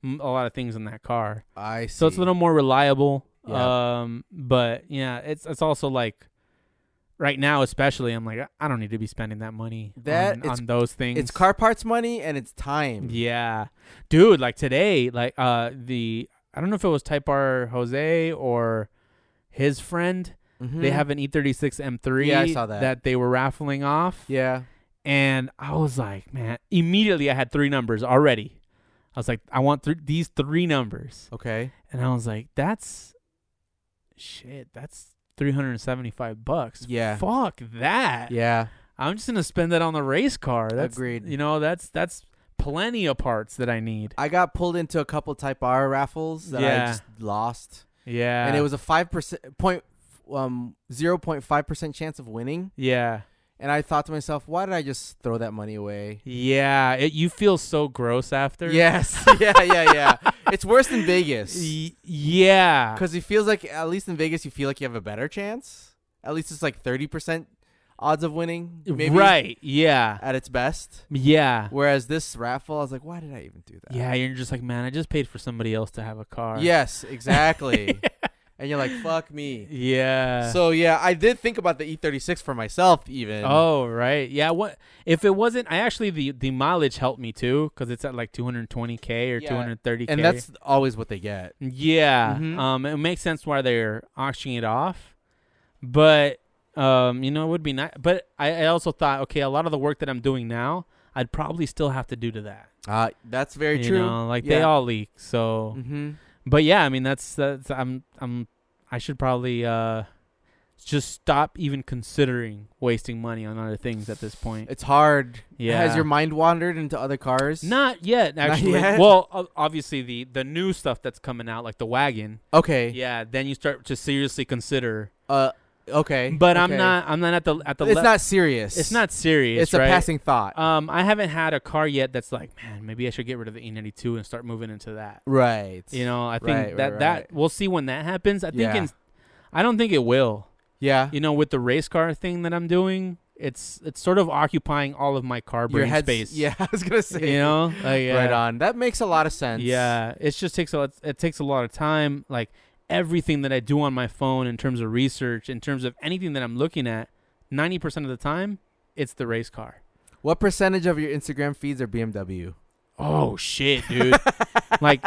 S2: m- a lot of things in that car.
S1: I see.
S2: So it's a little more reliable.
S1: Yeah.
S2: Um, but yeah, it's it's also like right now, especially, I'm like, I don't need to be spending that money
S1: That-
S2: on,
S1: it's-
S2: on those things.
S1: It's car parts money and it's time.
S2: Yeah, dude. Like today, like uh, the I don't know if it was Type R Jose or his friend.
S1: Mm-hmm.
S2: They have an E36 M3
S1: Hmm. Yeah, I saw that.
S2: they were raffling off.
S1: Yeah.
S2: And I was like, man, immediately I had three numbers already. I was like, I want th- these three numbers.
S1: Okay.
S2: And I was like, that's shit, that's 375 bucks.
S1: Yeah.
S2: Fuck that.
S1: Yeah.
S2: I'm just going to spend that on the race car. That's
S1: Agreed.
S2: You know, that's that's plenty of parts that I need.
S1: I got pulled into a couple Type R raffles that
S2: Yeah.
S1: I just lost,
S2: Yeah.
S1: and it was a five percent point, um, zero point five percent chance of winning.
S2: Yeah.
S1: And I thought to myself, why did I just throw that money away?
S2: Yeah, it, you feel so gross after.
S1: Yes, yeah, yeah, yeah. it's worse than Vegas
S2: Y- yeah.
S1: because it feels like at least in Vegas you feel like you have a better chance. At least it's like thirty percent odds of winning, maybe
S2: Right. Yeah.
S1: at its best.
S2: Yeah.
S1: Whereas this raffle, I was like, why did I even do that?
S2: Yeah, you're just like, man, I just paid for somebody else to have a car.
S1: Yes, exactly. and you're like, fuck me.
S2: Yeah.
S1: So yeah, I did think about the E36 for myself even.
S2: Oh right, yeah. What if it wasn't? I actually the the mileage helped me too because it's at like 220k or
S1: Yeah,
S2: 230k.
S1: and that's always what they get.
S2: yeah.
S1: Mhm.
S2: Um, it makes sense why they're auctioning it off, but um, you know, it would be nice. But I, I also thought, okay, a lot of the work that I'm doing now, I'd probably still have to do to that.
S1: Uh, that's very
S2: you
S1: true.
S2: know, like they
S1: Yeah.
S2: all leak. So,
S1: Mm-hmm.
S2: but yeah, I mean, that's that's I'm I'm I should probably uh just stop even considering wasting money on other things at this point.
S1: It's hard.
S2: Yeah.
S1: Has your mind wandered into other cars?
S2: Not yet, actually.
S1: yet?
S2: Well, o- obviously the the new stuff that's coming out, like the wagon.
S1: Okay.
S2: Yeah, then you start to seriously consider.
S1: Uh, okay.
S2: But I'm
S1: Okay.
S2: not. I'm not at the at the.
S1: It's
S2: le-
S1: not serious.
S2: It's not serious.
S1: It's a
S2: right?
S1: passing thought.
S2: Um, I haven't had a car yet that's like, man, maybe I should get rid of the E92 and start moving into that.
S1: right.
S2: You know, I think
S1: Right, right,
S2: that
S1: right.
S2: that we'll see when that happens. I think
S1: Yeah.
S2: in, I don't think it will.
S1: Yeah.
S2: You know, with the race car thing that I'm doing, it's it's sort of occupying all of my car brain
S1: your head
S2: space.
S1: Yeah, I was gonna say.
S2: you know, like, yeah.
S1: Right on. That makes a lot of sense.
S2: Yeah, it just takes a lot, it takes a lot of time. Like everything that I do on my phone in terms of research, in terms of anything that I'm looking at, ninety percent of the time, it's the race car.
S1: What percentage of your Instagram feeds are BMW?
S2: Oh shit, dude! like,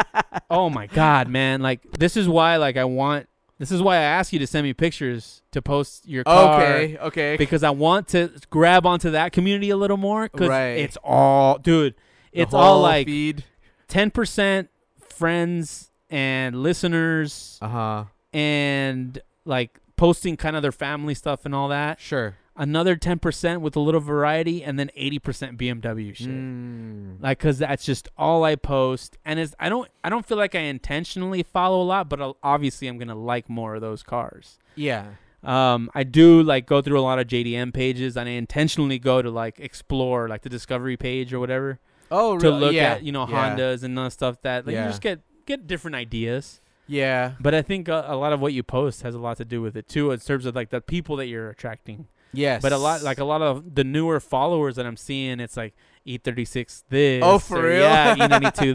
S2: oh my god, man! Like this is why, like I want. This is why I ask you to send me pictures to post your car.
S1: Okay. Okay.
S2: Because I want to grab onto that community a little more. Because
S1: Right.
S2: it's all, dude.
S1: The
S2: It's all
S1: whole
S2: like
S1: feed.
S2: ten percent friends and listeners
S1: Uh huh.
S2: and like posting kind of their family stuff and all that.
S1: Sure.
S2: Another 10% with a little variety and then 80% BMW shit.
S1: Mm.
S2: Like cuz that's just all I post and it's I don't I don't feel like I intentionally follow a lot, but I'll, obviously I'm going to like more of those cars.
S1: Yeah.
S2: Um I do like go through a lot of JDM pages and I intentionally go to like explore like the discovery page or whatever
S1: Oh,
S2: to
S1: really?
S2: look
S1: yeah.
S2: at, you know,
S1: yeah.
S2: Hondas and other stuff that like
S1: Yeah.
S2: you just get get different ideas.
S1: Yeah.
S2: But I think uh, a, a lot of what you post has a lot to do with it too, in terms of like the people that you're attracting.
S1: Yes.
S2: But a lot, like a lot of the newer followers that I'm seeing, it's like E36 this.
S1: Oh, for
S2: or,
S1: real?
S2: Yeah, E92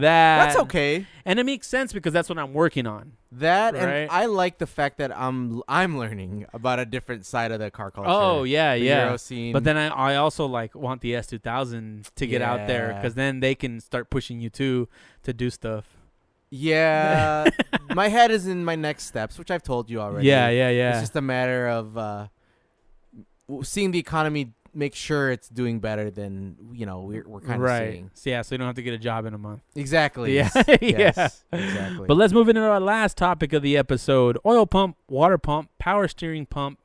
S2: that.
S1: That's okay.
S2: And it makes sense because that's what I'm working on.
S1: That
S2: Right.
S1: and I like the fact that I'm I'm learning about a different side of the car culture.
S2: Oh yeah,
S1: The
S2: yeah.
S1: Euro scene.
S2: But then I, I also like want the S2000 to get out there
S1: Yeah.
S2: because then they can start pushing you too to do stuff.
S1: yeah, my head is in my next steps, which I've told you Uh, already.
S2: Yeah, yeah, yeah.
S1: It's just a matter of uh, w- seeing the economy make sure it's doing better than you know we're we're kind of
S2: right.
S1: seeing.
S2: So, yeah, so you don't have to get a job in a month.
S1: Exactly.
S2: Yeah,
S1: Yes,
S2: yeah.
S1: Exactly.
S2: But let's move into our last topic of the episode: oil pump, water pump, power steering pump,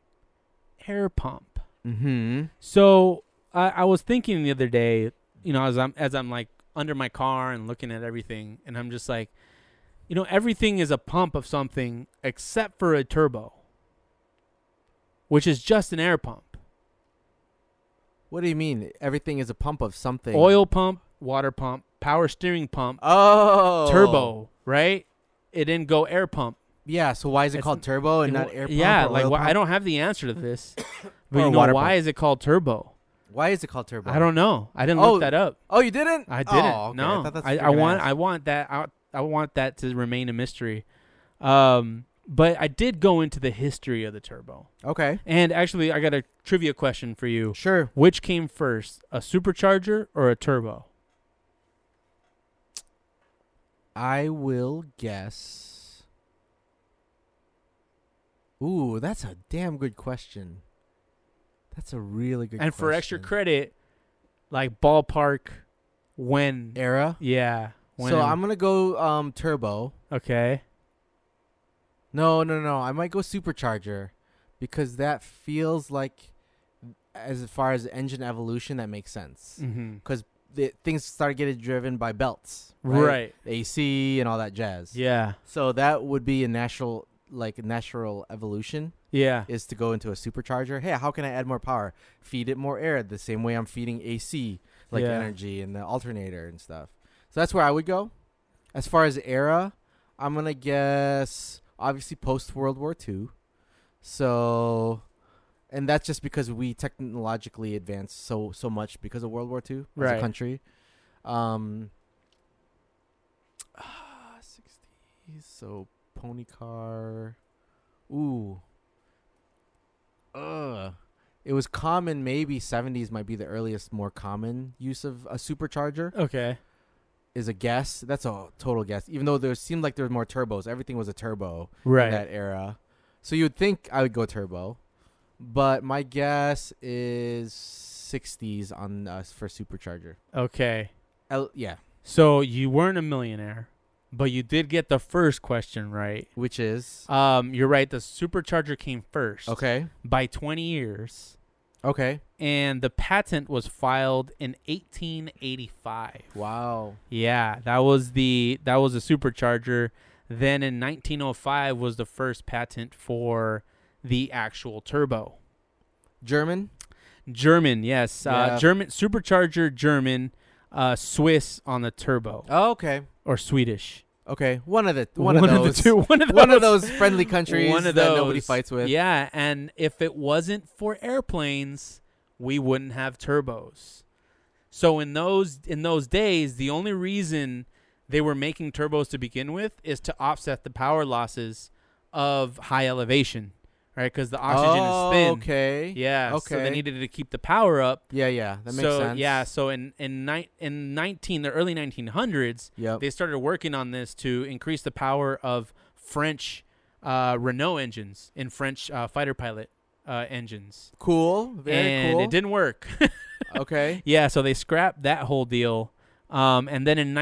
S2: air pump.
S1: mm-hmm.
S2: So I, I was thinking the other day, you know, as I'm as I'm like under my car and looking at everything, and I'm just like, you know, everything is a pump of something except for a turbo, which is just an air pump,
S1: What do you mean? Everything is a pump of something.
S2: oil pump, water pump, power steering pump,
S1: Oh.
S2: turbo, right? It didn't go air pump.
S1: Yeah. So why is it
S2: It's-
S1: called turbo and
S2: It
S1: not
S2: wa-
S1: air pump?
S2: Yeah,
S1: or
S2: like
S1: oil
S2: why-
S1: pump?
S2: I don't have the answer to this, but
S1: Or
S2: you know why
S1: water pump.
S2: is it called turbo?
S1: Why is it called turbo?
S2: I don't know. I didn't
S1: Oh,
S2: look that up.
S1: Oh, you didn't?
S2: I didn't.
S1: Oh, okay.
S2: No,
S1: I, thought that's
S2: I,
S1: what you
S2: I
S1: were gonna
S2: want
S1: ask.
S2: I want that I, I want that to remain a mystery. Um, but I did go into the history of the turbo,
S1: Okay.
S2: and actually, I got a trivia question for you.
S1: Sure.
S2: Which came first, a supercharger or a turbo?
S1: I will guess. Ooh, that's a damn good question. That's a really good.
S2: and for extra
S1: question.
S2: credit, like ballpark when.
S1: era.
S2: Yeah. When
S1: So I'm gonna go um turbo.
S2: okay.
S1: No, no, no. I might go supercharger because that feels like, as far as engine evolution, that makes sense.
S2: Mm-hmm.
S1: The, things started getting driven by belts,
S2: Right.
S1: AC and all that jazz.
S2: Yeah.
S1: So that would be a natural, like natural evolution.
S2: Yeah.
S1: is to go into a supercharger. Hey, how can I add more power? Feed it more air the same way I'm feeding AC like
S2: Yeah.
S1: energy and the alternator and stuff. So that's where I would go. As far as era, I'm gonna guess obviously post World War II. So, and that's just because we technologically advanced so so much because of World War II as
S2: Right.
S1: a country. Um, sixties. So pony car. Ooh. Ugh. It was common. Maybe seventies might be the earliest, more common use of a supercharger.
S2: Okay.
S1: Is a guess. That's a total guess. Even though there seemed like there was more turbos, everything was a turbo in
S2: Right.
S1: that era. So you would think I would go turbo, but my guess is sixties on uh, for supercharger.
S2: Okay.
S1: L- yeah,
S2: So you weren't a millionaire, but you did get the first question right.
S1: which is
S2: Um, you're right. The supercharger came first.
S1: okay.
S2: By 20 years,
S1: Okay.
S2: and the patent was filed in 1885.
S1: Wow.
S2: Yeah, that was the that was a supercharger. Then in 1905 was the first patent for the actual turbo.
S1: German.
S2: German, yes, uh,
S1: Yeah.
S2: German supercharger, German, uh, Swiss on the turbo
S1: Oh, okay.
S2: or Swedish.
S1: Okay. One of the one, of those.
S2: the two, one of those,
S1: One of those friendly countries
S2: one of
S1: that
S2: those.
S1: nobody fights with.
S2: Yeah, and if it wasn't for airplanes, we wouldn't have turbos. So in those in those days, the only reason they were making turbos to begin with is to offset the power losses of high elevation, right? Because the
S1: oh,
S2: oxygen is thin.
S1: Okay.
S2: Yeah. So they
S1: Okay.
S2: needed to keep the power up.
S1: Yeah. Yeah. That makes
S2: so
S1: sense.
S2: yeah, so in in ni- in nineteen the early nineteen hundreds,
S1: Yep.
S2: they started working on this to increase the power of French uh, Renault engines and French uh, fighter pilot uh, engines.
S1: cool. Very
S2: and
S1: cool.
S2: it didn't work.
S1: Okay.
S2: yeah, so they scrapped that whole deal. Um, and then in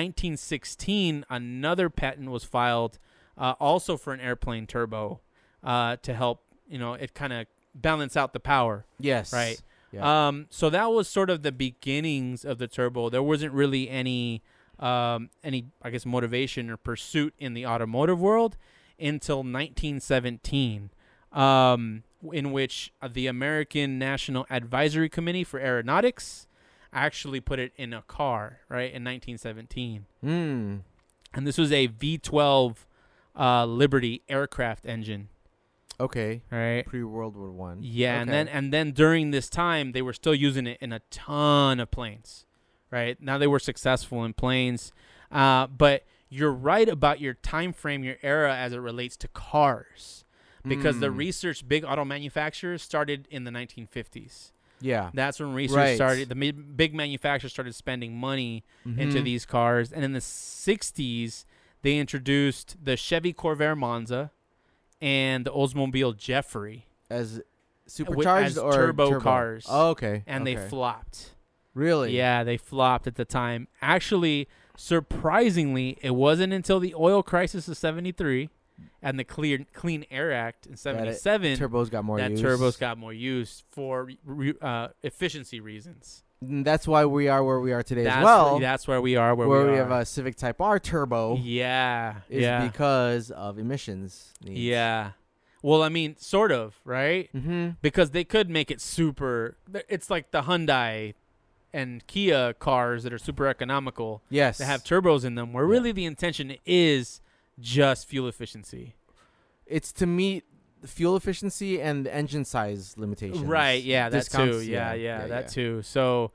S2: 1916, another patent was filed, uh, also for an airplane turbo, uh, to help you know it kind of balance out the power.
S1: Yes.
S2: Right.
S1: Yeah.
S2: Um, so that was sort of the beginnings of the turbo. There wasn't really any, um, any I guess motivation or pursuit in the automotive world until 1917, um, in which uh, the American National Advisory Committee for Aeronautics actually put it in a car, right, in 1917,
S1: Hmm.
S2: and this was a V12 uh, Liberty aircraft engine,
S1: Okay.
S2: right?
S1: Pre World War One.
S2: Yeah, and
S1: Okay.
S2: then and then during this time they were still using it in a ton of planes, right? Now they were successful in planes, uh, but you're right about your time frame, your era as it relates to cars, because the
S1: Mm.
S2: research big auto manufacturers started in the 1950s.
S1: Yeah.
S2: That's when research
S1: Right.
S2: started. The mi- big manufacturers started spending money into
S1: Mhm.
S2: these cars, and in the 60s they introduced the Chevy Corvair Monza and the Oldsmobile Jeffrey
S1: as supercharged
S2: as
S1: or
S2: turbo cars.
S1: Oh, okay.
S2: and they
S1: okay.
S2: flopped.
S1: really.
S2: Yeah, they flopped at the time. Actually, surprisingly, it wasn't until the oil crisis of 73 and the Clear Clean Air Act in 77
S1: Turbos got more.
S2: that
S1: use.
S2: turbos got more use for re- uh, efficiency reasons.
S1: And That's why we are where we are today
S2: That's,
S1: as well.
S2: that's where we are where, we,
S1: we
S2: are.
S1: have a Civic Type R turbo.
S2: yeah.
S1: is
S2: Yeah.
S1: because of emissions needs.
S2: yeah. Well, I mean, sort of, right?
S1: Mm-hmm.
S2: because they could make it super. It's like the Hyundai and Kia cars that are super economical
S1: Yes.
S2: that have turbos in them, where
S1: Yeah.
S2: really the intention is just fuel efficiency.
S1: it's to meet the fuel efficiency and the engine size limitations.
S2: Right? Yeah, that too.
S1: Discounts,
S2: Yeah, yeah, that too. So,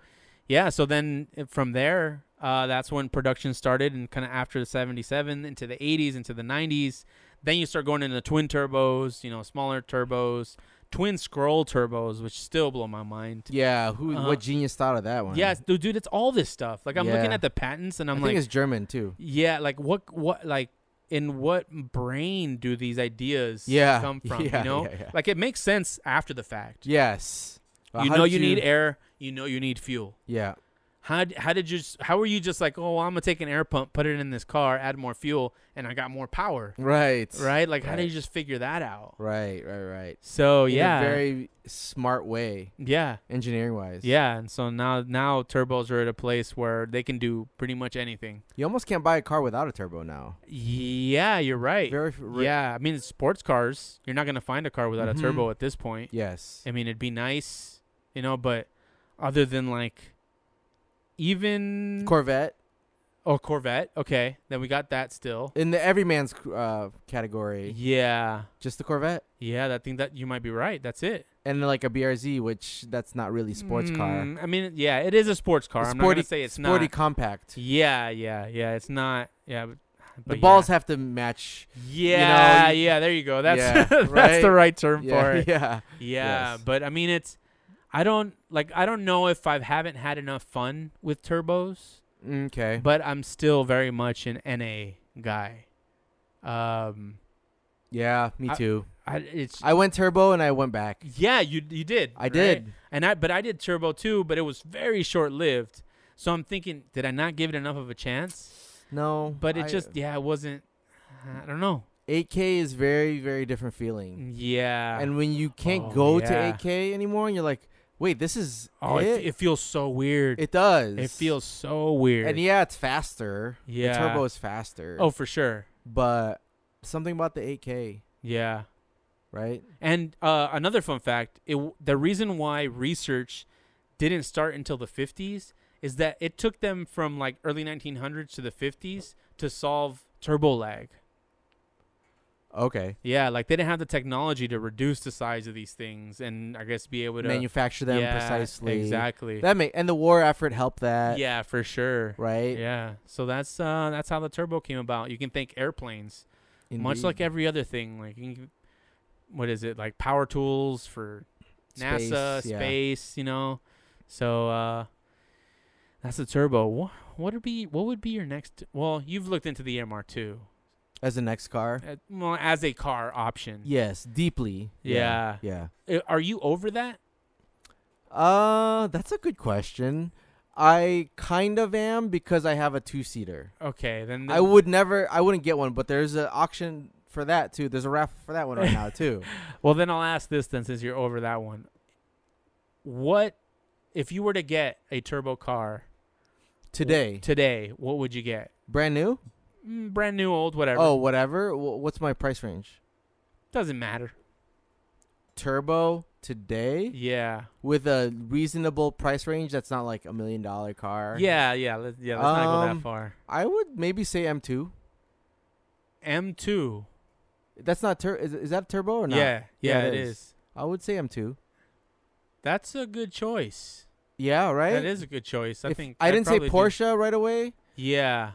S2: yeah. So then uh, from there, uh, that's when production started, and kind of after the '77 into the '80s, into the '90s. Then you start going into twin turbos, you know, smaller turbos, twin scroll turbos, which still blow my mind.
S1: Yeah. Who?
S2: Uh-huh.
S1: What genius thought of that one?
S2: Yes, dude, dude, it's all this stuff. Like I'm looking
S1: Yeah.
S2: at the patents and
S1: i
S2: I'm
S1: think
S2: like,
S1: it's German too.
S2: yeah, like what, what, like in what brain do these ideas
S1: Yeah,
S2: come from?
S1: yeah,
S2: you know,
S1: yeah, yeah.
S2: like it makes sense after the fact.
S1: Yes. Well,
S2: you
S1: how
S2: know,
S1: did
S2: you need air. You know, you need fuel.
S1: Yeah.
S2: How d- how did you? s- How were you just like, oh, I'm gonna take an air pump, put it in this car, add more fuel, and I got more power,
S1: Right.
S2: right? Like, how
S1: Right.
S2: did you just figure that out?
S1: Right. Right. Right.
S2: So
S1: In a
S2: Oh, yeah,
S1: very smart way,
S2: yeah,
S1: engineering wise.
S2: yeah. And so now now turbos are at a place where they can do pretty much anything.
S1: You almost can't buy a car without a turbo now.
S2: Yeah, you're right.
S1: Very. f- ra-
S2: yeah, I mean, sports cars. You're not gonna find a car without
S1: Mhm.
S2: a turbo at this point.
S1: Yes.
S2: I mean, it'd be nice, you know, but other than like even
S1: Corvette
S2: oh Corvette, okay, then we got that still.
S1: in the everyman's uh, category,
S2: Yeah,
S1: just the Corvette,
S2: yeah, that thing that you might be right. That's it.
S1: and like a BRZ, which that's not really sports car.
S2: Mm, I mean, yeah, it is a sports car.
S1: A
S2: I'm not gonna say it's
S1: sporty
S2: not.
S1: compact.
S2: Yeah, yeah, yeah. It's not. Yeah, but, but
S1: the
S2: yeah.
S1: balls have to match.
S2: Yeah,
S1: you-
S2: yeah. There you go. That's
S1: Yeah,
S2: that's the right term for
S1: Yeah.
S2: it.
S1: Yeah.
S2: Yeah,
S1: Yes.
S2: but I mean it's I don't like I don't know if I haven't had enough fun with turbos,
S1: Okay.
S2: but I'm still very much an NA guy. Um
S1: yeah. Me
S2: I-
S1: too.
S2: I it's
S1: I went turbo and I went back.
S2: yeah, you you did.
S1: I
S2: right?
S1: did.
S2: And I but I did turbo too, but it was very short-lived. So I'm thinking did I not give it enough of a chance?
S1: No.
S2: But it
S1: I- uh,
S2: just yeah, it wasn't I don't know.
S1: 8K is very very different feeling.
S2: Yeah.
S1: And when you can't
S2: Oh,
S1: go
S2: yeah.
S1: to 8K anymore, and you're like, wait, this is
S2: oh, it,
S1: it.
S2: it feels so weird. It,
S1: It does.
S2: feels so weird.
S1: And yeah, it's faster.
S2: yeah.
S1: The turbo is faster.
S2: Oh, for sure.
S1: but something about the 8K,
S2: Yeah.
S1: right?
S2: And uh, another fun fact: it, w- the reason why research didn't start until the 50s is that it took them from like early 1900s to the 50s to solve turbo lag.
S1: Okay.
S2: Yeah, like they didn't have the technology to reduce the size of these things, and I guess be able to
S1: Manufacture them
S2: Yeah,
S1: precisely.
S2: Exactly.
S1: That may and the war effort helped that.
S2: yeah, for sure.
S1: Right.
S2: Yeah. So that's uh, that's how the turbo came about. You can thank airplanes. much like
S1: Indeed.
S2: every other thing like you can- what is it like power tools for nasa
S1: Space, yeah.
S2: space you know so uh that's the turbo what what would be what would be your next well you've looked into the mr2
S1: as the next car.
S2: uh, well as a car option
S1: Yes, deeply.
S2: Mm. Yeah.
S1: Yeah.
S2: Uh, are you over that
S1: Uh, that's a good question. I kind of am because I have a two-seater.
S2: okay then
S1: I would never. I wouldn't get one, but there's an auction for that too. There's a raffle for that one right now too.
S2: well then i'll ask this then since you're over that one what if you were to get a turbo car
S1: Today,
S2: today what would you get
S1: brand new.
S2: Mm, brand new old whatever
S1: Oh, whatever. Wh- What's my price range?
S2: doesn't matter
S1: Turbo today
S2: yeah
S1: with a reasonable price range that's not like a million dollar car.
S2: Yeah, yeah, let, yeah. Let's not go
S1: Um,
S2: that far.
S1: I would maybe say M2.
S2: M two.
S1: That's not tur. Is, is that turbo or
S2: Yeah,
S1: not?
S2: yeah,
S1: Yeah, it
S2: it
S1: is.
S2: is.
S1: I would say M2.
S2: That's a good choice.
S1: Yeah, right.
S2: That is a good choice. I
S1: If-
S2: think
S1: I
S2: I'd
S1: didn't say
S2: probably do-
S1: Porsche right away
S2: Yeah, I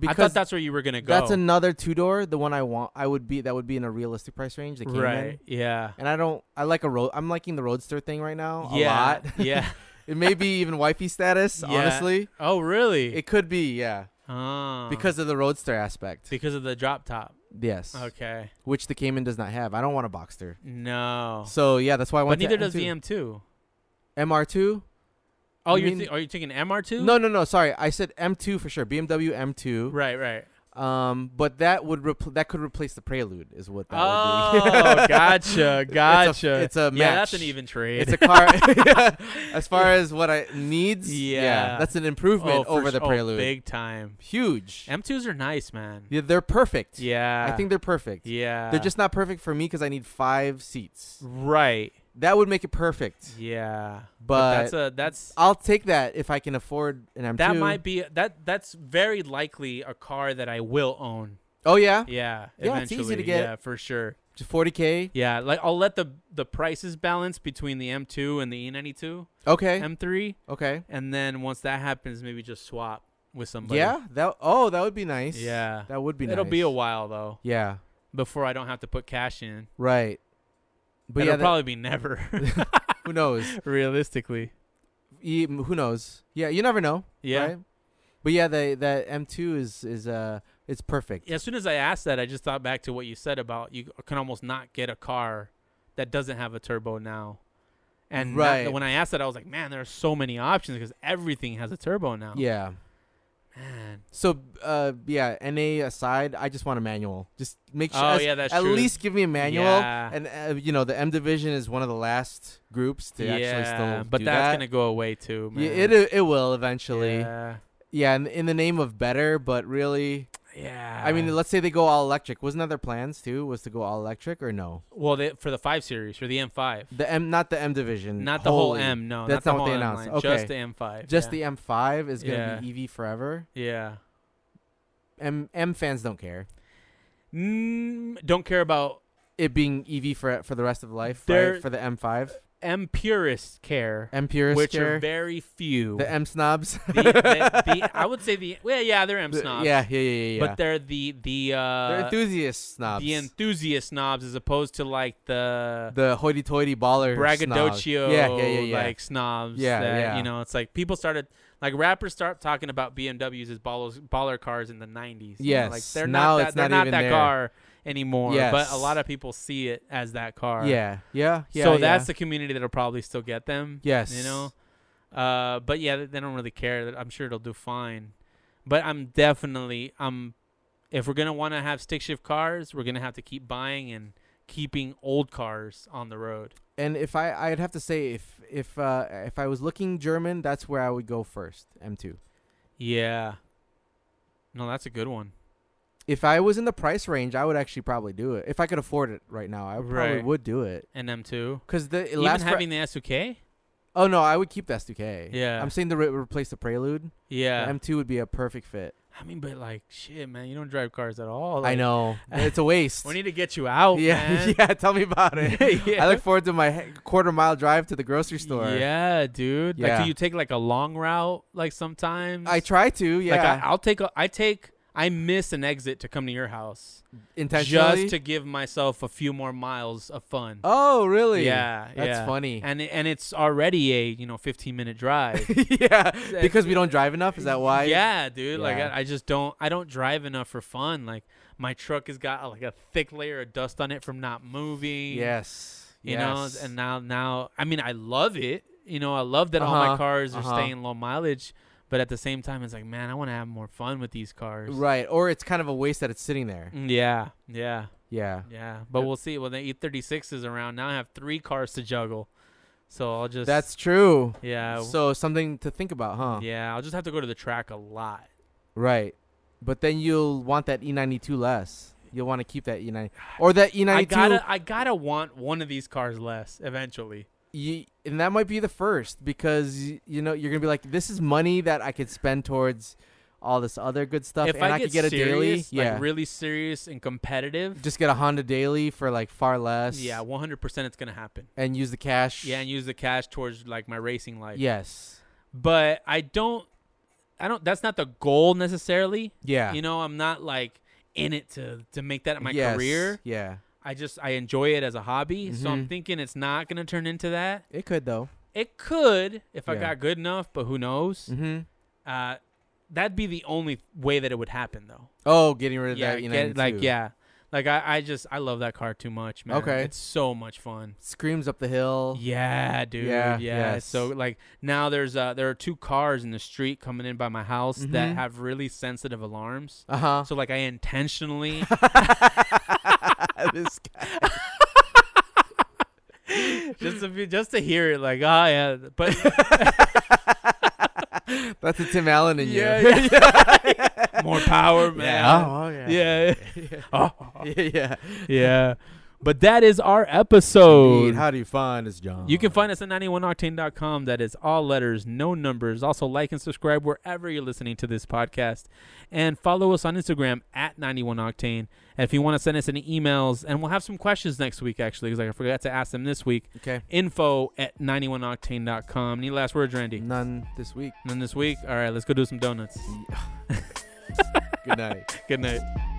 S1: because
S2: thought that's where you were gonna go.
S1: that's another two door. The one I want, I would be that would be in a realistic price range. The Cayman.
S2: right. Yeah.
S1: And I don't. I like a road. I'm liking the roadster thing right now Oh, a
S2: yeah.
S1: lot.
S2: yeah.
S1: it may be even wifey status.
S2: Yeah.
S1: Honestly,
S2: Oh, really?
S1: it could be. Yeah,
S2: Ah.
S1: because of the roadster aspect.
S2: because of the drop top.
S1: Yes,
S2: Okay.
S1: which the Cayman does not have. I don't want a Boxster.
S2: No.
S1: So yeah, that's why I
S2: Oh. but
S1: want.
S2: neither does the M two.
S1: MR2.
S2: Oh,
S1: You
S2: you are
S1: mean-
S2: thi- are you taking MR two?
S1: No, no, no. Sorry, I said M2 for sure. BMW M2.
S2: Right. Right.
S1: Um, but that would repl- that could replace the Prelude, is what that
S2: oh,
S1: would be.
S2: gotcha, gotcha.
S1: It's a, it's a match.
S2: yeah, that's an even trade.
S1: It's a car. as far as what I needs, yeah,
S2: Yeah.
S1: that's an
S2: Oh,
S1: improvement
S2: for
S1: over the
S2: su- oh,
S1: Prelude.
S2: big time.
S1: Huge.
S2: M2s are nice, man.
S1: Yeah, they're perfect.
S2: Yeah.
S1: I think they're perfect.
S2: Yeah.
S1: They're just not perfect for me because I need five seats.
S2: right.
S1: That would make it perfect.
S2: Yeah. But,
S1: But,
S2: that's a that's
S1: I'll take that if I can afford an M2.
S2: that might be that that's very likely a car that I will own.
S1: Oh yeah,
S2: Yeah.
S1: Yeah, it's
S2: eventually.
S1: easy to get.
S2: Yeah, for sure.
S1: Just 40k.
S2: Yeah, like I'll let the the prices balance between the M2 and the E E92,
S1: Okay.
S2: M3,
S1: okay.
S2: and then once that happens, maybe just swap with somebody.
S1: Yeah. That. Oh, that would be nice.
S2: Um, Yeah.
S1: That would be.
S2: It'll be a
S1: nice.
S2: while though
S1: Yeah.
S2: before I don't have to put cash in.
S1: Right. But
S2: But
S1: yeah,
S2: It'll
S1: that-
S2: probably be never,
S1: who knows?
S2: realistically.
S1: E- who knows? Yeah, you never know.
S2: Yeah.
S1: Right? But yeah, the that M2 is is uh It's perfect.
S2: As soon as I asked that, I just thought back to what you said about you can almost not get a car that doesn't have a turbo now. And that-
S1: Right.
S2: when I asked that, I was like, man, there are so many options because everything has a turbo now.
S1: Yeah.
S2: Man.
S1: So uh yeah, NA aside, I just want a manual. Just make sure
S2: Oh,
S1: as-
S2: yeah, that's
S1: at
S2: true.
S1: least give me a manual.
S2: Yeah.
S1: And uh, you know, the M division is one of the last groups to actually still
S2: but
S1: do
S2: that's
S1: that.
S2: gonna go away too, man.
S1: yeah, it it will eventually. Yeah,
S2: Yeah.
S1: in, in the name of better, but really,
S2: Yeah.
S1: I mean, let's say they go all electric. Wasn't that their plans too? Was to go all electric or no?
S2: well, they, for the five series, for the M5,
S1: The M, not the M division,
S2: not the whole
S1: wholly.
S2: M. No,
S1: Mm, That's
S2: not,
S1: not
S2: the
S1: what
S2: whole
S1: they
S2: M
S1: announced.
S2: line, Just
S1: Okay.
S2: the M5.
S1: Just
S2: yeah.
S1: the M5 is gonna be EV forever.
S2: Yeah.
S1: M M fans don't care.
S2: Mm, don't care about
S1: It being EV for for the rest of life,
S2: They're-
S1: right? For the M5,
S2: M purists care,
S1: M purists
S2: which
S1: care.
S2: are very few.
S1: the M snobs.
S2: The- the- the- I would say the well, yeah, they're M
S1: The-
S2: snobs.
S1: Yeah, yeah, yeah, yeah.
S2: but they're the the uh,
S1: they're enthusiast snobs.
S2: the enthusiast snobs as opposed to like the,
S1: the hoity-toity baller snobs.
S2: braggadocio
S1: Yeah, yeah, yeah, yeah.
S2: like snobs.
S1: Yeah,
S2: that,
S1: yeah.
S2: You know, it's like people started like rappers start talking about BMWs as ballers, baller cars in the '90s. you know, like
S1: Yes,
S2: they're
S1: now
S2: not that
S1: it's
S2: they're
S1: not
S2: not
S1: even
S2: that
S1: there.
S2: car anymore. But a
S1: Yes.
S2: lot of people see it as that car.
S1: yeah, yeah, yeah.
S2: so
S1: yeah.
S2: that's the community that'll probably still get them.
S1: yes,
S2: You know? Uh, but yeah, they- they don't really care. I'm sure they'll do fine. But I'm definitely I'm. If we're gonna want to have stick shift cars, we're gonna have to keep buying and keeping old cars on the road.
S1: And if I, I'd have to say if if uh, if I was looking German, that's where I would go first. M two.
S2: Yeah. No, that's a good one.
S1: If I was in the price range, I would actually probably do it. If I could afford it right now, I probably
S2: Right.
S1: would do it.
S2: And M two.
S1: Cause the it
S2: Even
S1: lasts for-
S2: having the SUK.
S1: oh no, I would keep the SDK.
S2: Yeah.
S1: I'm saying to re- replace the Prelude.
S2: Yeah.
S1: M two would be a perfect fit.
S2: I mean, but like, shit, man, you don't drive cars at all.
S1: I
S2: Like,
S1: know it's a waste.
S2: We need to get you out.
S1: yeah,
S2: man.
S1: yeah. Tell me about it.
S2: yeah.
S1: I look forward to my he- quarter mile drive to the grocery store.
S2: Yeah, dude. Like,
S1: Yeah.
S2: do you take like a long route? Like sometimes.
S1: I try to. Yeah,
S2: Like I, I'll take a, I take I miss an exit to come to your house
S1: intentionally.
S2: just to give myself a few more miles of fun.
S1: oh, really?
S2: Yeah,
S1: that's
S2: yeah.
S1: funny.
S2: And it- and it's already a you know 15 minute drive.
S1: yeah, because we don't drive enough. Is that why?
S2: yeah, dude. Like
S1: Yeah.
S2: I, I just don't I don't drive enough for fun. Like my truck has got like a thick layer of dust on it from not moving.
S1: Yes.
S2: You
S1: yes.
S2: know, and now now I mean I love it. You know, I love that all my
S1: Uh-huh,
S2: cars are
S1: uh-huh.
S2: staying low mileage, but at the same time it's like, man, I want to have more fun with these cars.
S1: right, or it's kind of a waste that it's sitting
S2: Mm.
S1: there.
S2: Yeah. Yeah.
S1: Yeah.
S2: Yeah, but we'll see. When the E thirty six is around, now I have three cars to juggle. So I'll just
S1: That's true.
S2: yeah w-
S1: So something to think about, huh?
S2: yeah. I'll just have to go to the track a lot.
S1: Right. But then you'll want that E92 less. You'll want to keep that E90 or that E E92.
S2: I gotta I gotta want one of these cars less eventually.
S1: you, and that might be the first because y- you know you're gonna be like, this is money that I could spend towards all this other good stuff,
S2: if
S1: and
S2: I,
S1: I,
S2: get,
S1: could get a daily.
S2: serious,
S1: Yeah,
S2: like really serious and competitive,
S1: just get a Honda daily for like far less.
S2: yeah, one hundred percent it's gonna happen.
S1: and use the cash.
S2: Yeah, and use the cash towards like my racing life.
S1: yes.
S2: but I don't. I don't. That's not the goal necessarily.
S1: Yeah.
S2: You know, I'm not like in it to to make that my
S1: Yes.
S2: career.
S1: Yeah.
S2: I just I enjoy it as a hobby, so I'm
S1: Mhm.
S2: thinking it's not gonna turn into that.
S1: It could though.
S2: It could if I
S1: Yeah.
S2: got good enough, but who knows?
S1: Mm-hmm.
S2: Uh, that'd be the only way that it would happen, though.
S1: Oh, getting rid of
S2: yeah,
S1: that E92.
S2: get- like yeah, like I, I just I love that car too much, man.
S1: Okay.
S2: it's so much fun.
S1: Screams up the hill.
S2: Yeah, dude. Yeah,
S1: Yeah,
S2: it's So
S1: yes.
S2: like now there's uh there are two cars in the street coming in by my house that
S1: Mhm.
S2: have really sensitive alarms.
S1: Uh huh.
S2: So like I intentionally
S1: this guy.
S2: just to be, just to hear it like ah yeah, but
S1: That's a Tim Allen in
S2: Yeah,
S1: you.
S2: yeah. more power, man.
S1: Oh, yeah.
S2: Yeah. Oh,
S1: yeah. yeah.
S2: yeah. But that is our episode.
S1: Indeed. How do you find us, John?
S2: Oh. you can find us at 91octane.com. That is all letters, no numbers. Also, like and subscribe wherever you're listening to this podcast. And follow us on Instagram at 91octane. And if you want to send us any emails, and we'll have some questions next week, actually, because I forgot to ask them this week.
S1: Okay.
S2: Info at 91octane.com. Any last words, Randy? And
S1: None this week.
S2: then this week, all right, let's go do some donuts.
S1: Good night.
S2: Good night.